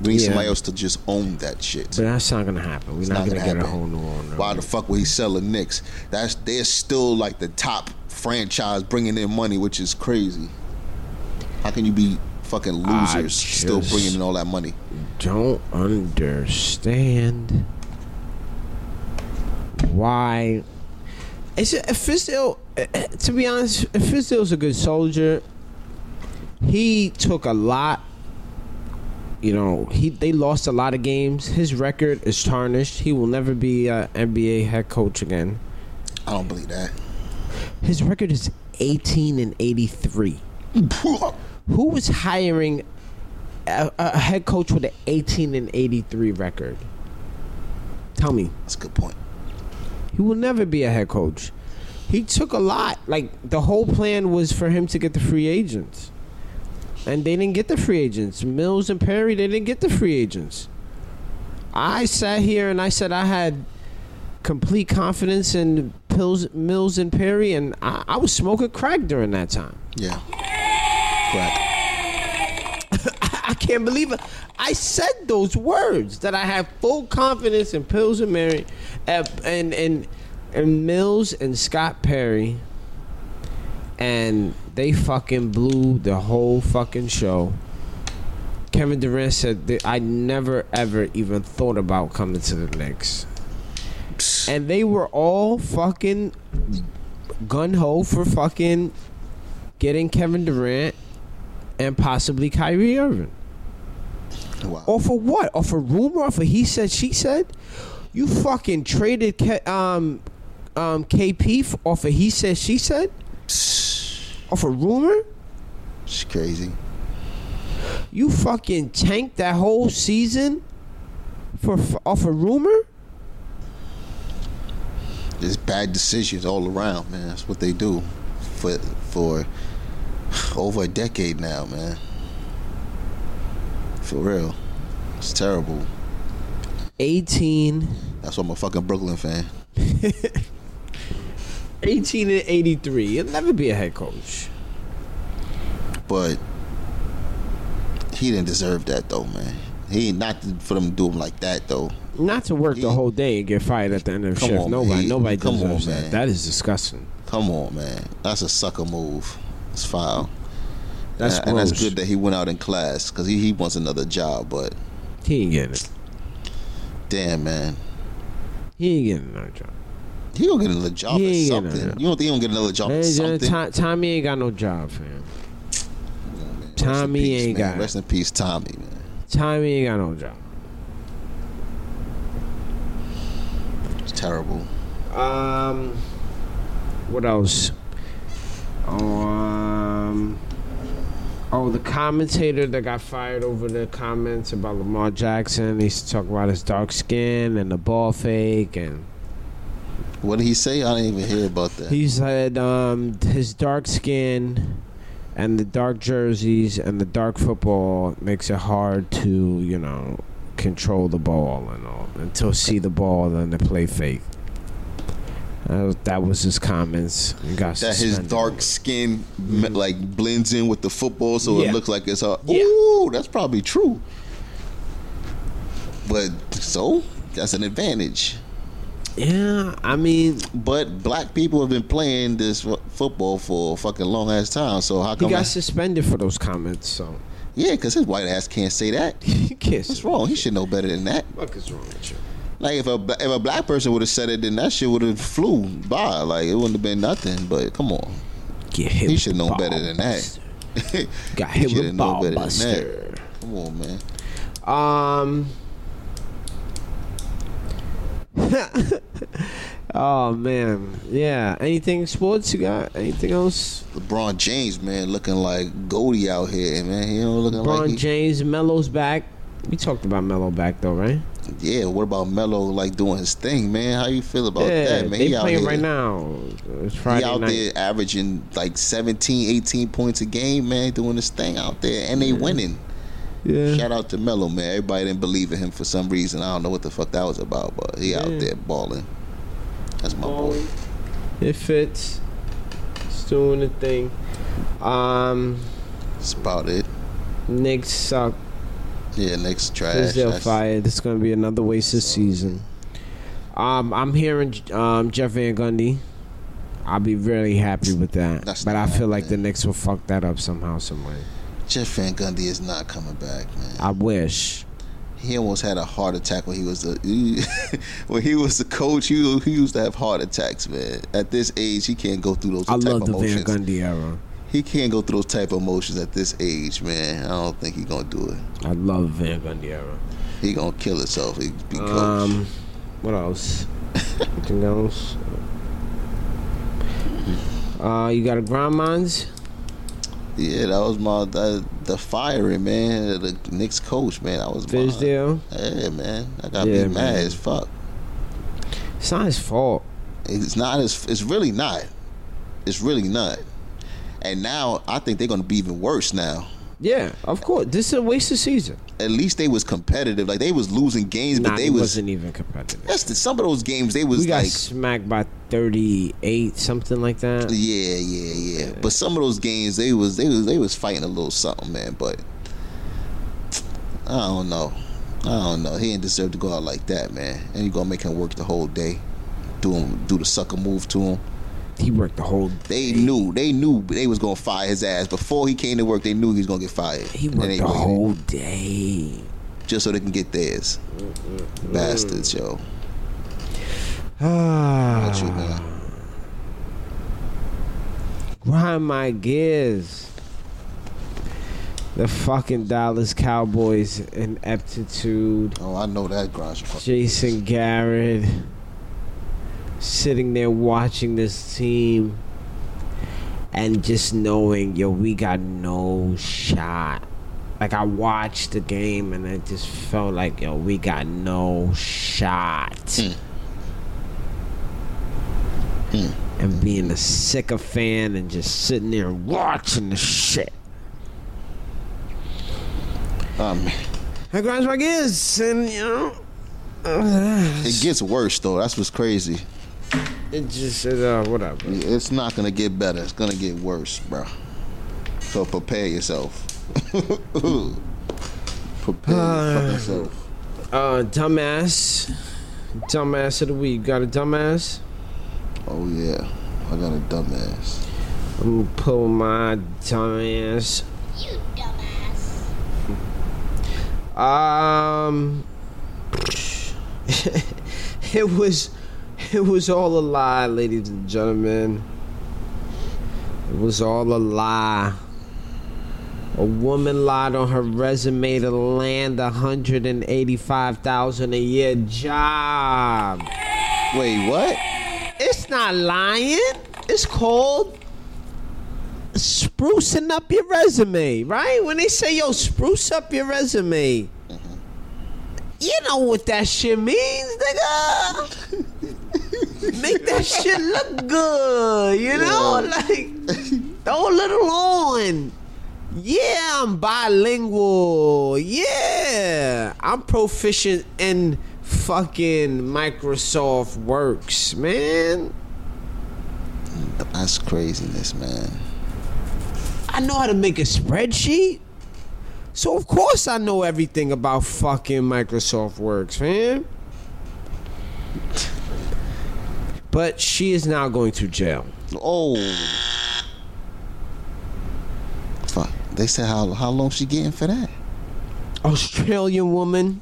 Speaker 2: We need
Speaker 1: Yeah.
Speaker 2: somebody else to just own that shit.
Speaker 1: But that's not gonna happen. We're not,
Speaker 2: not
Speaker 1: gonna,
Speaker 2: gonna
Speaker 1: get a
Speaker 2: happen.
Speaker 1: whole new owner.
Speaker 2: Why the fuck would he sell the Knicks? That's they're still like the top franchise bringing in money, which is crazy. How can you be fucking
Speaker 1: I
Speaker 2: losers still
Speaker 1: just-
Speaker 2: bringing in all that money?
Speaker 1: Don't understand why. It's if Fizdale. eh, eh, To be honest, if Fizdale's a good soldier, he took a lot you know, he they lost a lot of games. His record is tarnished. He will never be an NBA head coach again.
Speaker 2: I don't believe that.
Speaker 1: His record is 18 and 83. Who was hiring a, a head coach with an 18 and 83 record? Tell me.
Speaker 2: That's a good point.
Speaker 1: He will never be a head coach. He took a lot. Like the whole plan was for him to get the free agents. And they didn't get the free agents. Mills and Perry, they didn't get the free agents. I sat here and I said I had complete confidence in Pills, Mills and Perry, and I, I was smoking crack during that time.
Speaker 2: Yeah. Crack.
Speaker 1: I, I can't believe it. I said those words that I have full confidence in Pills and Mary, uh, and and and Mills and Scott Perry, and they fucking blew the whole fucking show. Kevin Durant said that I never ever even thought about coming to the Knicks, and they were all fucking gun ho for fucking getting Kevin Durant and possibly Kyrie Irving.
Speaker 2: Wow.
Speaker 1: Or for what? Or for rumor? Or for he said, she said? You fucking traded K- um, um, KP f- off of he said, she said? Off a rumor?
Speaker 2: It's crazy.
Speaker 1: You fucking tanked that whole season for f- off a rumor?
Speaker 2: It's bad decisions all around, man. That's what they do for for over a decade now, man. For real, it's terrible.
Speaker 1: 18,
Speaker 2: That's why I'm a fucking Brooklyn fan.
Speaker 1: 18 and 83. You'll never be a head coach.
Speaker 2: But he didn't deserve that though, man. He not for them to do him like that though.
Speaker 1: Not to work the
Speaker 2: He-
Speaker 1: whole day and get fired at the end of the
Speaker 2: Come
Speaker 1: shift.
Speaker 2: on,
Speaker 1: nobody,
Speaker 2: man.
Speaker 1: nobody
Speaker 2: Come on,
Speaker 1: deserves that.
Speaker 2: man.
Speaker 1: That is disgusting.
Speaker 2: Come on, man. That's a sucker move. It's foul.
Speaker 1: That's
Speaker 2: and, and that's
Speaker 1: gross.
Speaker 2: good that he went out in class because he, he wants another job. But
Speaker 1: He ain't getting it.
Speaker 2: damn, man,
Speaker 1: He ain't getting another job.
Speaker 2: he gonna get another job
Speaker 1: He
Speaker 2: or
Speaker 1: ain't getting
Speaker 2: something.
Speaker 1: another-
Speaker 2: You don't think he gonna get another job or
Speaker 1: Man, John,
Speaker 2: something?
Speaker 1: Tom, Tommy ain't got no job, fam.
Speaker 2: Come on, man. Rest in
Speaker 1: Tommy
Speaker 2: peace,
Speaker 1: ain't
Speaker 2: man.
Speaker 1: got it.
Speaker 2: Rest in peace, Tommy, man.
Speaker 1: Tommy ain't got no job.
Speaker 2: It's terrible.
Speaker 1: Um, what else? Oh, um, oh, the commentator that got fired over the comments about Lamar Jackson. They used to talk about his dark skin and the ball fake, and
Speaker 2: What did he say? I didn't even hear about that.
Speaker 1: he said um, his dark skin and the dark jerseys and the dark football makes it hard to you know control the ball and all until see the ball and then play fake. That was, that was his comments. He got
Speaker 2: that his
Speaker 1: suspended.
Speaker 2: dark skin me- like blends in with the football, so
Speaker 1: Yeah.
Speaker 2: it looks like it's a.
Speaker 1: Yeah.
Speaker 2: Ooh, that's probably true. But so that's an advantage.
Speaker 1: Yeah, I mean,
Speaker 2: But black people have been playing this fu- football for a fucking long ass time. So how
Speaker 1: he
Speaker 2: come?
Speaker 1: got suspended for those comments. So *laughs*
Speaker 2: yeah, because his white ass can't say that.
Speaker 1: you can't.
Speaker 2: What's wrong? He should know better than that.
Speaker 1: What the fuck is wrong with you?
Speaker 2: Like if a bla- if a black person would have said it, then that shit would have flew by. Like it wouldn't have been nothing. But come on,
Speaker 1: Get hit.
Speaker 2: he
Speaker 1: with
Speaker 2: should
Speaker 1: the
Speaker 2: know
Speaker 1: ball
Speaker 2: better than that.
Speaker 1: buster.
Speaker 2: *laughs*
Speaker 1: Got hit with
Speaker 2: shoulda
Speaker 1: a
Speaker 2: known
Speaker 1: ball
Speaker 2: better than
Speaker 1: buster.
Speaker 2: that. come on, man.
Speaker 1: Um. *laughs* oh man, yeah. Anything sports you got? Anything else?
Speaker 2: LeBron James, man, looking like Goldie out here, man. You know, looking
Speaker 1: LeBron
Speaker 2: like he-
Speaker 1: James, Melo's back. We talked about Melo back though, right?
Speaker 2: yeah. What about Melo like doing his thing, man? How you feel about
Speaker 1: yeah,
Speaker 2: that, man?
Speaker 1: they
Speaker 2: he out
Speaker 1: playing
Speaker 2: here,
Speaker 1: right now. It's
Speaker 2: He
Speaker 1: Friday
Speaker 2: out
Speaker 1: night.
Speaker 2: there averaging like 17, 18 points a game, man, doing his thing out there, and they winning.
Speaker 1: Yeah.
Speaker 2: Shout out to Melo, man. Everybody didn't believe in him for some reason. I don't know what the fuck that was about, but he
Speaker 1: Yeah.
Speaker 2: out there balling. That's my boy.
Speaker 1: It fits. It's doing the thing. Um,
Speaker 2: That's about it.
Speaker 1: Knicks suck.
Speaker 2: Yeah, next trash.
Speaker 1: Fizdale
Speaker 2: That's-
Speaker 1: fired. It's going to be another wasted season. Um, I'm hearing um, Jeff Van Gundy. I'll be really happy with that.
Speaker 2: That's
Speaker 1: but I
Speaker 2: not
Speaker 1: feel like the
Speaker 2: happening.
Speaker 1: Knicks will fuck that up somehow, some way.
Speaker 2: Jeff Van Gundy is not coming back, man.
Speaker 1: I wish.
Speaker 2: he almost had a heart attack when he *laughs* was a when he was the coach. He, he used to have heart attacks, man. At this age, he can't go through those
Speaker 1: I
Speaker 2: type
Speaker 1: love
Speaker 2: of
Speaker 1: the Van
Speaker 2: emotions.
Speaker 1: Gundy era.
Speaker 2: He can't go through those type of emotions at this age, man. I don't think he gonna do it.
Speaker 1: I love Van Gundiera.
Speaker 2: He gonna kill himself. He be coach.
Speaker 1: Um, what
Speaker 2: *laughs*
Speaker 1: else? Anything else? Uh, you got a grind mines?
Speaker 2: yeah, that was my that, the firing man, of the Knicks coach, man. That was my-
Speaker 1: Fizdale?
Speaker 2: Yeah, man. I got
Speaker 1: Yeah,
Speaker 2: to be mad
Speaker 1: man.
Speaker 2: as fuck.
Speaker 1: It's not his fault.
Speaker 2: It's not as it's really not. It's really not. And now I think they're gonna be even worse now.
Speaker 1: Yeah, of course. This is a waste of season.
Speaker 2: At least they was competitive. Like they was losing games,
Speaker 1: Nah,
Speaker 2: but
Speaker 1: they
Speaker 2: they was
Speaker 1: wasn't even competitive.
Speaker 2: that's the, some of those games they
Speaker 1: We
Speaker 2: was
Speaker 1: got
Speaker 2: like
Speaker 1: smacked by 38, something like that.
Speaker 2: Yeah, yeah, yeah. But some of those games they was they was they was fighting a little something, man, but I don't know. I don't know. He didn't deserve to go out like that, man. And you gonna make him work the whole day. Do him do the sucker move to him.
Speaker 1: He worked the whole
Speaker 2: They knew they knew they was gonna fire his ass. Before he came to work, they knew he was gonna get fired.
Speaker 1: He
Speaker 2: And
Speaker 1: worked
Speaker 2: they
Speaker 1: the
Speaker 2: waited
Speaker 1: whole
Speaker 2: *sighs*
Speaker 1: day.
Speaker 2: just so they can get theirs. Bastards, yo. What you
Speaker 1: Ah,
Speaker 2: man?
Speaker 1: grind my gears. The fucking Dallas Cowboys in aptitude.
Speaker 2: Oh, I know that grinds your fucking
Speaker 1: Jason Garrett sitting there watching this team and just knowing, yo, we got no shot. Like I watched the game and I just felt like, yo, we got no shot. And being a sycophant and just sitting there and watching the shit.
Speaker 2: Um,
Speaker 1: That grinds my gears, and you know,
Speaker 2: it gets worse though. That's what's crazy.
Speaker 1: *sighs* it just it, uh, whatever.
Speaker 2: It's not gonna get better. It's gonna get worse, bro. So prepare yourself. *laughs* prepare *sighs* your fucking self.
Speaker 1: Uh, dumbass, dumbass of the week. Got a dumbass?
Speaker 2: Oh yeah, I got a dumbass.
Speaker 1: I'm gonna pull my dumbass.
Speaker 4: You dumbass.
Speaker 1: Um, *laughs* it was, it was all a lie, ladies and gentlemen. It was all a lie. A woman lied on her resume to land a hundred and eighty-five thousand a year job.
Speaker 2: Wait, what?
Speaker 1: It's not lying. It's called sprucing up your resume, right? When they say, yo, spruce up your resume, you know what that shit means, nigga. Make that shit look good, you know? Like, throw a little on. Yeah, I'm bilingual. Yeah, I'm proficient in fucking Microsoft Works, man.
Speaker 2: That's craziness, man.
Speaker 1: I know how to make a spreadsheet. So of course I know everything about fucking Microsoft Works, fam. But she is now going to jail.
Speaker 2: Oh. Fuck. They said how how long she getting for that?
Speaker 1: Australian woman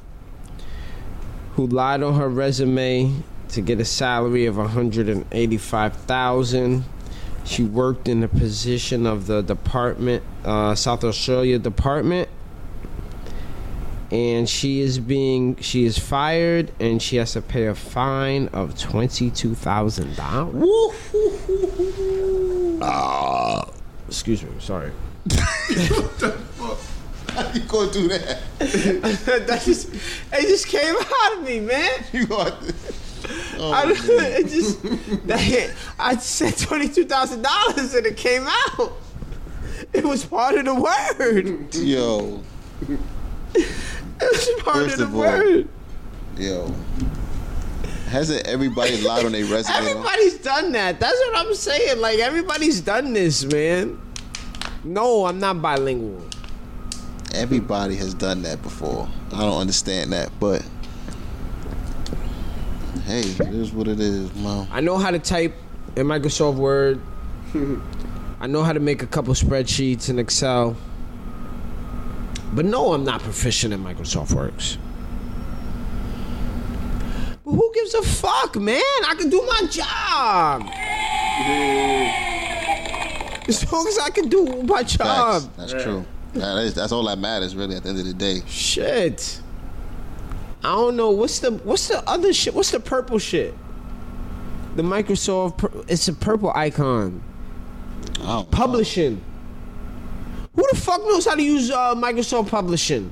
Speaker 1: who lied on her resume to get a salary of 185,000. She worked in the position of the department, uh, South Australia department, and she is being she is fired, and she has to pay a fine of twenty two thousand dollars. Uh, Excuse me, sorry.
Speaker 2: How *laughs* you gonna do that?
Speaker 1: *laughs*
Speaker 2: *laughs*
Speaker 1: that just it just came out of me, man.
Speaker 2: You gonna? Oh,
Speaker 1: I,
Speaker 2: man.
Speaker 1: *laughs* it just that, I said twenty two thousand dollars and it came out. It was part of the word.
Speaker 2: yo,
Speaker 1: It was part of
Speaker 2: First
Speaker 1: the
Speaker 2: of all,
Speaker 1: word.
Speaker 2: yo. Hasn't *laughs* everybody lied on their resume?
Speaker 1: Everybody's done that. That's what I'm saying. Like everybody's done this, man. No, I'm not bilingual.
Speaker 2: Everybody has done that before. I don't understand that, but hey, it is what it is, mom.
Speaker 1: I know how to type in Microsoft Word. I know how to make a couple spreadsheets in Excel. But no, I'm not proficient in Microsoft Works. But who gives a fuck, man? I can do my job. As long as I can do my job.
Speaker 2: Facts. that's true. That is, that's all that matters, really. At the end of the day,
Speaker 1: Shit. I don't know what's the what's the other shit. What's the purple shit? The Microsoft. pur- It's a purple icon.
Speaker 2: I don't know.
Speaker 1: Publishing. Who the fuck knows how to use uh, Microsoft Publishing?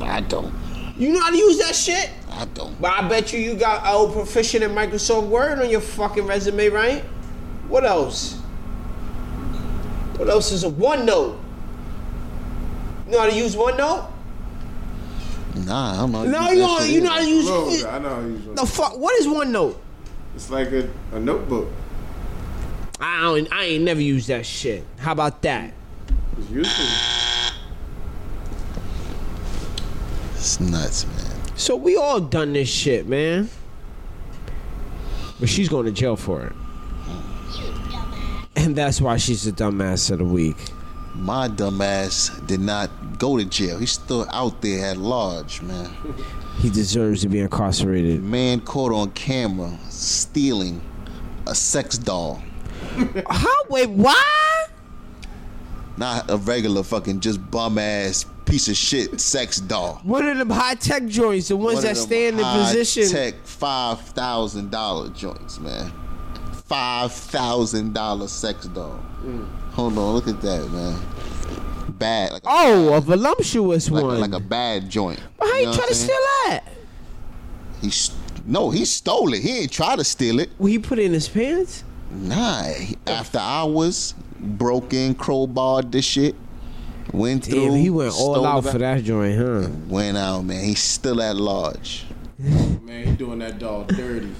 Speaker 2: I don't.
Speaker 1: You know how to use that shit?
Speaker 2: I don't.
Speaker 1: But I bet you you got old proficient in Microsoft Word on your fucking resume, right? What else? What else is a OneNote? You know how to use OneNote?
Speaker 2: Nah, I'm not.
Speaker 1: No, you know, you know how to use. *laughs*
Speaker 3: Bro, I know how to use one.
Speaker 1: The fuck? What is OneNote?
Speaker 3: It's like a, a notebook.
Speaker 1: I don't, I ain't never used that shit. How about that?
Speaker 3: It's useful.
Speaker 2: It's nuts, man.
Speaker 1: So we all done this shit, man. But she's going to jail for it,
Speaker 4: You dumbass.
Speaker 1: and that's why she's the dumbass of the week.
Speaker 2: My dumbass did not go to jail. He's still out there at large, man.
Speaker 1: He deserves to be incarcerated.
Speaker 2: Man caught on camera stealing a sex doll.
Speaker 1: How? Wait, why?
Speaker 2: Not a regular fucking just bum ass piece of shit sex doll.
Speaker 1: One of them high tech joints, the ones
Speaker 2: One of
Speaker 1: that
Speaker 2: them
Speaker 1: stay in the position.
Speaker 2: Tech five thousand dollar joints, man. Five thousand dollar sex doll.
Speaker 1: Mm.
Speaker 2: Hold on, look at that, man. Bad, like a,
Speaker 1: Oh, a voluptuous
Speaker 2: like,
Speaker 1: one.
Speaker 2: like a bad joint.
Speaker 1: but how
Speaker 2: You
Speaker 1: you
Speaker 2: know what
Speaker 1: try
Speaker 2: I'm
Speaker 1: to
Speaker 2: saying?
Speaker 1: steal that?
Speaker 2: He s- no, he stole it. He ain't try to steal it.
Speaker 1: Well, he put it in his pants.
Speaker 2: Nah, he- after hours, broke in, crowbarred this shit, went through.
Speaker 1: Damn, he went all
Speaker 2: stole
Speaker 1: out
Speaker 2: the
Speaker 1: for
Speaker 2: ba-
Speaker 1: that joint, huh? *laughs*
Speaker 2: Went out, man. He's still at large.
Speaker 3: Man, he doing that doll dirty.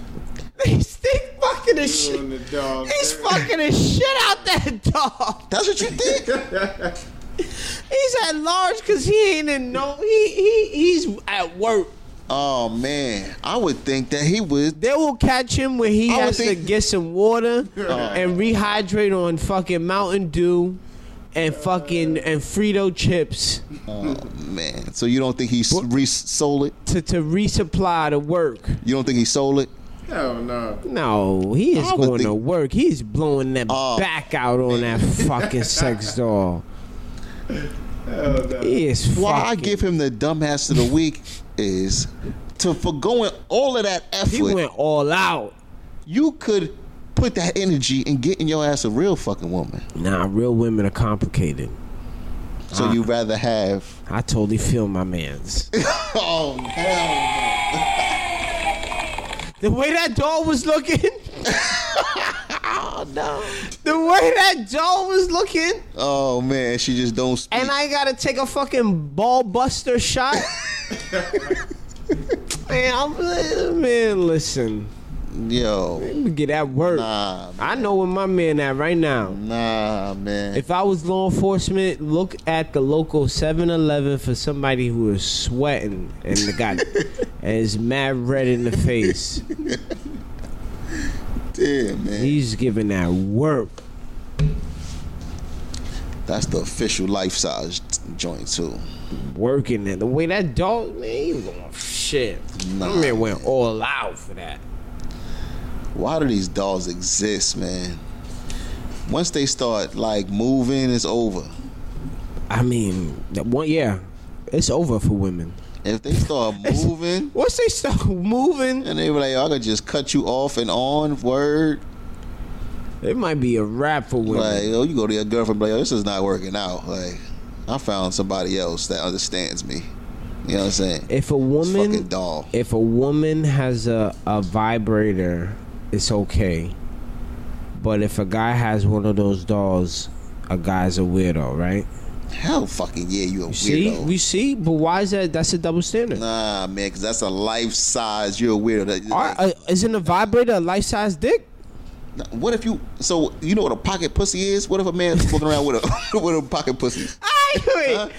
Speaker 1: He's fucking the
Speaker 3: Doing the
Speaker 1: shit.
Speaker 3: doll
Speaker 1: He's
Speaker 3: dirty.
Speaker 1: fucking the shit out that *laughs* dog.
Speaker 2: That's what you think?
Speaker 1: *laughs* He's at large because he ain't in no. He he he's at work.
Speaker 2: oh man, I would think that he would.
Speaker 1: They will catch him when he
Speaker 2: I would
Speaker 1: has to
Speaker 2: think-
Speaker 1: get some
Speaker 2: *laughs*
Speaker 1: water and rehydrate on fucking Mountain Dew and fucking and Frito chips
Speaker 2: Oh man, so you don't think he s- re- sold it?
Speaker 1: to to resupply the work.
Speaker 2: You don't think he sold it?
Speaker 3: Hell no.
Speaker 1: No, he is
Speaker 2: I would
Speaker 1: going to
Speaker 2: think-
Speaker 1: work. He's blowing that
Speaker 2: Oh,
Speaker 1: back out on that fucking sex
Speaker 2: *laughs*
Speaker 1: doll.
Speaker 3: Hell no.
Speaker 1: He is fucking.
Speaker 2: Why I give him the dumbass of the week is to forgoing all of that
Speaker 1: He
Speaker 2: effort.
Speaker 1: went all out.
Speaker 2: You could put that energy in getting your ass a real fucking woman.
Speaker 1: Nah, real women are complicated.
Speaker 2: So
Speaker 1: Uh-huh.
Speaker 2: you
Speaker 1: *laughs*
Speaker 2: rather have?
Speaker 1: I totally feel my man's.
Speaker 2: Oh hell!
Speaker 1: The way that dog was looking. *laughs* oh no. The way that dog was looking,
Speaker 2: Oh man, she just don't. Speak.
Speaker 1: and I gotta take a fucking ball buster *laughs* shot. man, I'm, man, listen.
Speaker 2: yo,
Speaker 1: Get that work.
Speaker 2: nah,
Speaker 1: I know where my man at right now.
Speaker 2: nah, man.
Speaker 1: If I was law enforcement, look at the local 7-Eleven for somebody who is sweating and they *laughs* got and is mad red in the face.
Speaker 2: Damn, man.
Speaker 1: He's giving that work.
Speaker 2: That's the official life size joint too.
Speaker 1: working it. The way that dog, man, he was going shit.
Speaker 2: Nah,
Speaker 1: my man went all out for that.
Speaker 2: Why do these dolls exist, man? Once they start like moving, it's over.
Speaker 1: I mean, that one, yeah, it's over for women.
Speaker 2: If
Speaker 1: *laughs*
Speaker 2: they start moving,
Speaker 1: Once they start *laughs* moving,
Speaker 2: and they were like, I could just cut you off and on word.
Speaker 1: it might be a wrap for women.
Speaker 2: Like, oh, you go to your girlfriend, be like, oh, this is not working out. Like, I found somebody else that understands me. You know what I'm saying?
Speaker 1: if a
Speaker 2: This fucking
Speaker 1: woman,
Speaker 2: doll.
Speaker 1: if a woman has a, a vibrator, it's okay. But if a guy has one of those dolls, a guy's a weirdo, right?
Speaker 2: Hell fucking yeah, you a
Speaker 1: You see,
Speaker 2: weirdo.
Speaker 1: we see, but why is that? That's a double standard.
Speaker 2: nah, man, because that's a life size. You're a weirdo. That-
Speaker 1: Are- uh, isn't a vibrator a life size dick? *laughs*
Speaker 2: Nah, what if you? So you know what a pocket pussy is? What if a man's walking around with a *laughs* with a pocket pussy?
Speaker 1: I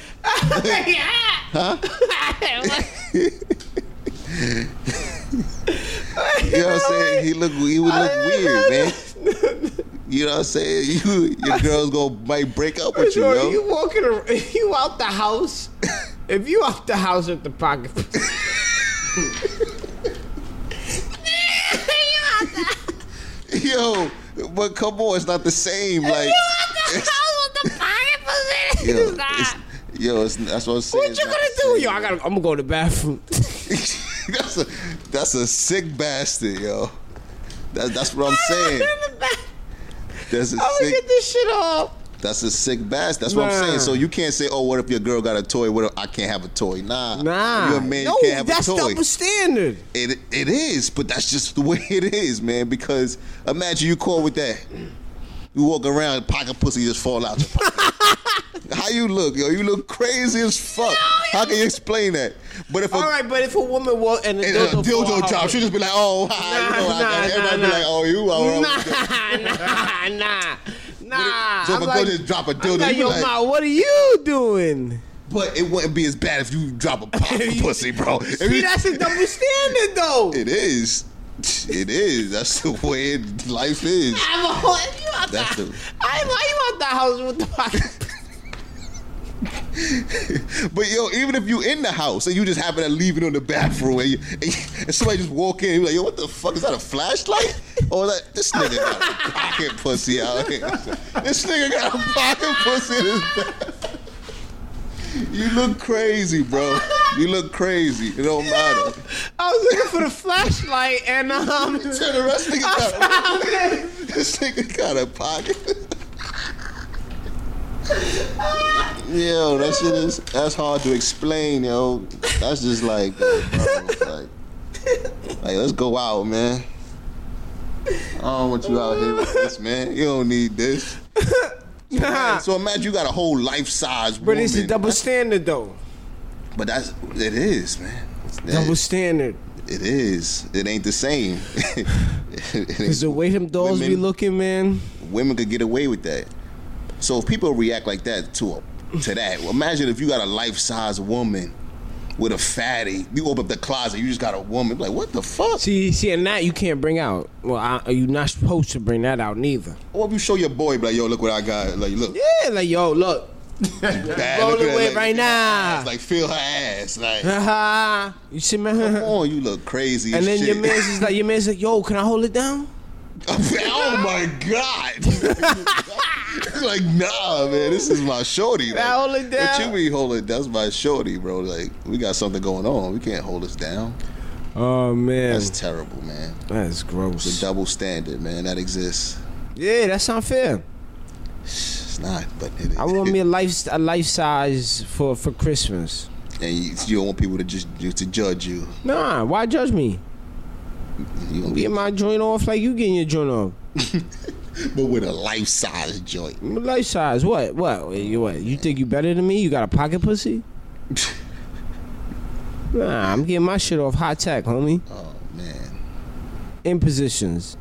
Speaker 1: wait.
Speaker 2: You know what I'm saying? He look he would look weird, man. You know what I'm saying? *laughs* You your girl's gonna might break up with you,
Speaker 1: So
Speaker 2: yo.
Speaker 1: you walking, ar- *laughs* if you out the house, if you out the house with the pocket,
Speaker 2: *laughs* Yo, but come on, it's not the same. Like,
Speaker 5: the hell with the pocket position?
Speaker 2: *laughs* yo,
Speaker 5: It's not.
Speaker 2: it's, yo it's, that's what I'm saying.
Speaker 1: What
Speaker 2: it's
Speaker 1: you
Speaker 2: not
Speaker 1: gonna
Speaker 2: the
Speaker 1: do?
Speaker 2: same.
Speaker 1: Yo, I gotta. I'm gonna go to the
Speaker 2: *laughs*
Speaker 1: bathroom. *laughs*
Speaker 2: that's a that's a sick bastard, yo. That, that's what I'm saying. That's a
Speaker 1: I'm gonna
Speaker 2: sick.
Speaker 1: get this shit off.
Speaker 2: That's a sick bastard. That's what I'm
Speaker 1: Nah.
Speaker 2: saying. So you can't say, "Oh, what if your girl got a toy? What if I can't have a toy?" Nah,
Speaker 1: Nah,
Speaker 2: you're a man.
Speaker 1: no,
Speaker 2: you can't have
Speaker 1: that's
Speaker 2: a toy.
Speaker 1: double standard.
Speaker 2: It it is, but that's just the way it is, man. Because imagine you caught with that. You walk around, pocket pussy just fall out your
Speaker 1: *laughs*
Speaker 2: pocket. How you look, yo? You look crazy as fuck. How can you explain that? But if a,
Speaker 1: All right, but if a woman was and a
Speaker 2: and a
Speaker 1: dildo, fall
Speaker 2: dildo
Speaker 1: out-
Speaker 2: drop, she just be like, oh, hi,
Speaker 1: Nah,
Speaker 2: you know, I-
Speaker 1: nah,
Speaker 2: everybody
Speaker 1: nah,
Speaker 2: be
Speaker 1: nah.
Speaker 2: like, oh, you all right.
Speaker 1: nah, *laughs* nah, nah, nah.
Speaker 2: So if
Speaker 1: I'm
Speaker 2: a girl
Speaker 1: like,
Speaker 2: just drop a
Speaker 1: I'm
Speaker 2: dildo,
Speaker 1: like,
Speaker 2: you be
Speaker 1: yo,
Speaker 2: like,
Speaker 1: Ma, what are you doing?
Speaker 2: but it wouldn't be as bad if you drop a
Speaker 1: *laughs*
Speaker 2: pocket pussy, bro. If
Speaker 1: See,
Speaker 2: you-
Speaker 1: that's a double standard, though.
Speaker 2: it is. It is. That's the way it, life is.
Speaker 1: I'm a *laughs* whole, you out
Speaker 2: That's
Speaker 1: the,
Speaker 2: the- *laughs*
Speaker 1: I ain't why you out the house with the pocket.
Speaker 2: But yo, even if you in the house and you just happen to leave it on the bathroom and, you, and, you- and somebody just walk in, you like, yo, what the fuck is that? A flashlight? Or like this nigga got a pocket pussy out here. This nigga got a pocket pussy. In his bath. You look crazy, bro. You look crazy. It don't matter.
Speaker 1: I was looking for the flashlight, and um,
Speaker 2: So the rest nigga got a, *laughs* this nigga got a pocket. yo, that shit is that's hard to explain, yo. That's just like, uh, bro, like, like, let's go out, man. I don't want you out here with this, man. You don't need this.
Speaker 1: *laughs* nah.
Speaker 2: So imagine you got a whole life size woman.
Speaker 1: But it's a double standard, though.
Speaker 2: But that's it is, man.
Speaker 1: Double standard.
Speaker 2: It is. It ain't the same. *laughs* It ain't
Speaker 1: Cause the way them dolls be
Speaker 2: Women-
Speaker 1: looking, man.
Speaker 2: women could get away with that. So if people react like that to a, to that, well, imagine if you got a life size woman with a fatty. You open up the closet, you just got a woman. Like what the fuck?
Speaker 1: See, see, and that you can't bring out. Well, I, you're not supposed to bring that out neither.
Speaker 2: Or if you show your boy, be like yo, look what I got. Like look,
Speaker 1: Yeah, like yo, look,
Speaker 2: bad.
Speaker 1: roll
Speaker 2: Look at
Speaker 1: it
Speaker 2: that,
Speaker 1: with
Speaker 2: like,
Speaker 1: right now. *laughs*
Speaker 2: It's like feel her ass. Like
Speaker 1: Haha, you see, man.
Speaker 2: come on, you look crazy.
Speaker 1: *laughs* And
Speaker 2: as
Speaker 1: then
Speaker 2: shit.
Speaker 1: your
Speaker 2: *laughs*
Speaker 1: man's is like, your man's like, yo, can I hold it down?
Speaker 2: oh my god. *laughs* It's like nah, man, this is my shorty. Like,
Speaker 1: I hold it down.
Speaker 2: What you mean hold it? That's my shorty, bro. Like we got something going on. We can't hold us down.
Speaker 1: Oh man,
Speaker 2: That's
Speaker 1: that's,
Speaker 2: terrible, man. The
Speaker 1: gross.
Speaker 2: double standard, man, that exists.
Speaker 1: Yeah, that's unfair.
Speaker 2: It's not, but it is.
Speaker 1: I want me a life a life size for for Christmas.
Speaker 2: *laughs* and you, you don't want people to just you- to judge you.
Speaker 1: Nah, why judge me?
Speaker 2: You gonna be,
Speaker 1: Get my joint off like you getting your joint off.
Speaker 2: but with a life size joint.
Speaker 1: I'm a Life size, what? What? You what? You think you better than me? You got a pocket *laughs* pussy? Nah, I'm getting my shit off high tech, homie.
Speaker 2: Oh man,
Speaker 1: In positions.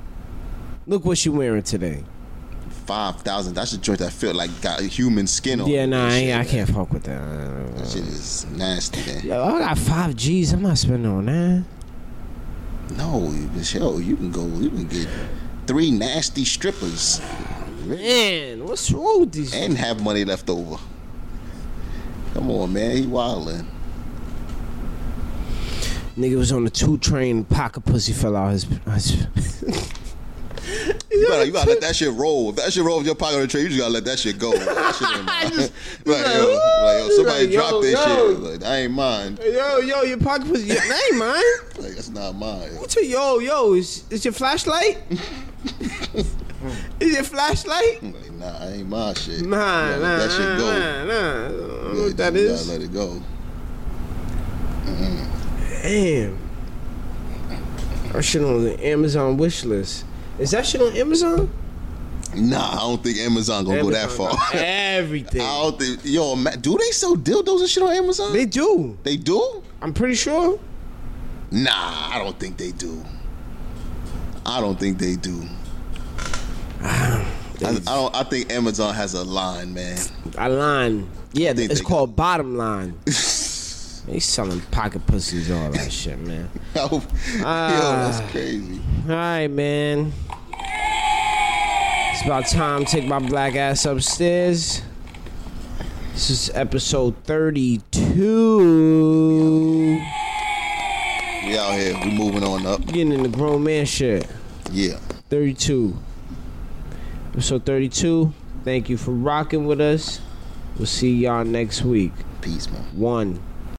Speaker 1: Look what you wearing today.
Speaker 2: five thousand. That's a joint that feel like got human skin on.
Speaker 1: Yeah,
Speaker 2: it.
Speaker 1: nah, I,
Speaker 2: That
Speaker 1: ain't, I
Speaker 2: shit,
Speaker 1: can't fuck with that.
Speaker 2: That shit is nasty, man.
Speaker 1: Yo, I got five G's. I'm not spending on that.
Speaker 2: No, Michelle, you can go. You can get three nasty strippers
Speaker 1: Man, what's wrong with these?
Speaker 2: and have money left over. Come on, man, he wildin'.
Speaker 1: Nigga was on the two train, pocket pussy fell out his. his
Speaker 2: You gotta, you gotta let that shit roll. If that shit roll with your pocket on the train, you just gotta let that shit go. That shit
Speaker 1: *laughs*
Speaker 2: ain't mine. *laughs* like, yo, like, yo, somebody
Speaker 1: like,
Speaker 2: dropped
Speaker 1: yo,
Speaker 2: that
Speaker 1: yo.
Speaker 2: shit. Like, that ain't mine.
Speaker 1: yo, yo, your pocket pussy. *laughs* Your name, man.
Speaker 2: Like, that's not mine.
Speaker 1: What's your yo, yo? Is, is your
Speaker 2: *laughs*
Speaker 1: flashlight? is your flashlight?
Speaker 2: Like, nah, that ain't my shit. You
Speaker 1: Nah,
Speaker 2: gotta
Speaker 1: nah,
Speaker 2: let that shit go.
Speaker 1: nah, nah. I don't know
Speaker 2: Yeah,
Speaker 1: what that
Speaker 2: you gotta
Speaker 1: is.
Speaker 2: let it go.
Speaker 1: Damn. That shit on the Amazon wish list. Is that shit on Amazon?
Speaker 2: Nah, I don't think Amazon gonna go that
Speaker 1: Amazon
Speaker 2: far. *laughs*
Speaker 1: got
Speaker 2: I
Speaker 1: Everything.
Speaker 2: don't think. Yo, ma- do they sell dildos and shit on Amazon?
Speaker 1: They do.
Speaker 2: they do?
Speaker 1: I'm pretty sure.
Speaker 2: Nah, I don't think they do. I don't think
Speaker 1: *sighs*
Speaker 2: they do. I, I don't. I think Amazon has a line, man.
Speaker 1: A line. Yeah,
Speaker 2: think
Speaker 1: it's
Speaker 2: they-
Speaker 1: called bottom
Speaker 2: *laughs*
Speaker 1: line. they selling pocket pussies, all that shit, man.
Speaker 2: *laughs* Yo,
Speaker 1: Ah.
Speaker 2: that's crazy.
Speaker 1: All right, man. It's about time to take my black ass upstairs. This is episode 32.
Speaker 2: We out here. We moving on up.
Speaker 1: Getting in the grown man shit.
Speaker 2: Yeah.
Speaker 1: 32. Episode 32. Thank you for rocking with us. We'll see y'all next week.
Speaker 2: Peace, man.
Speaker 1: One.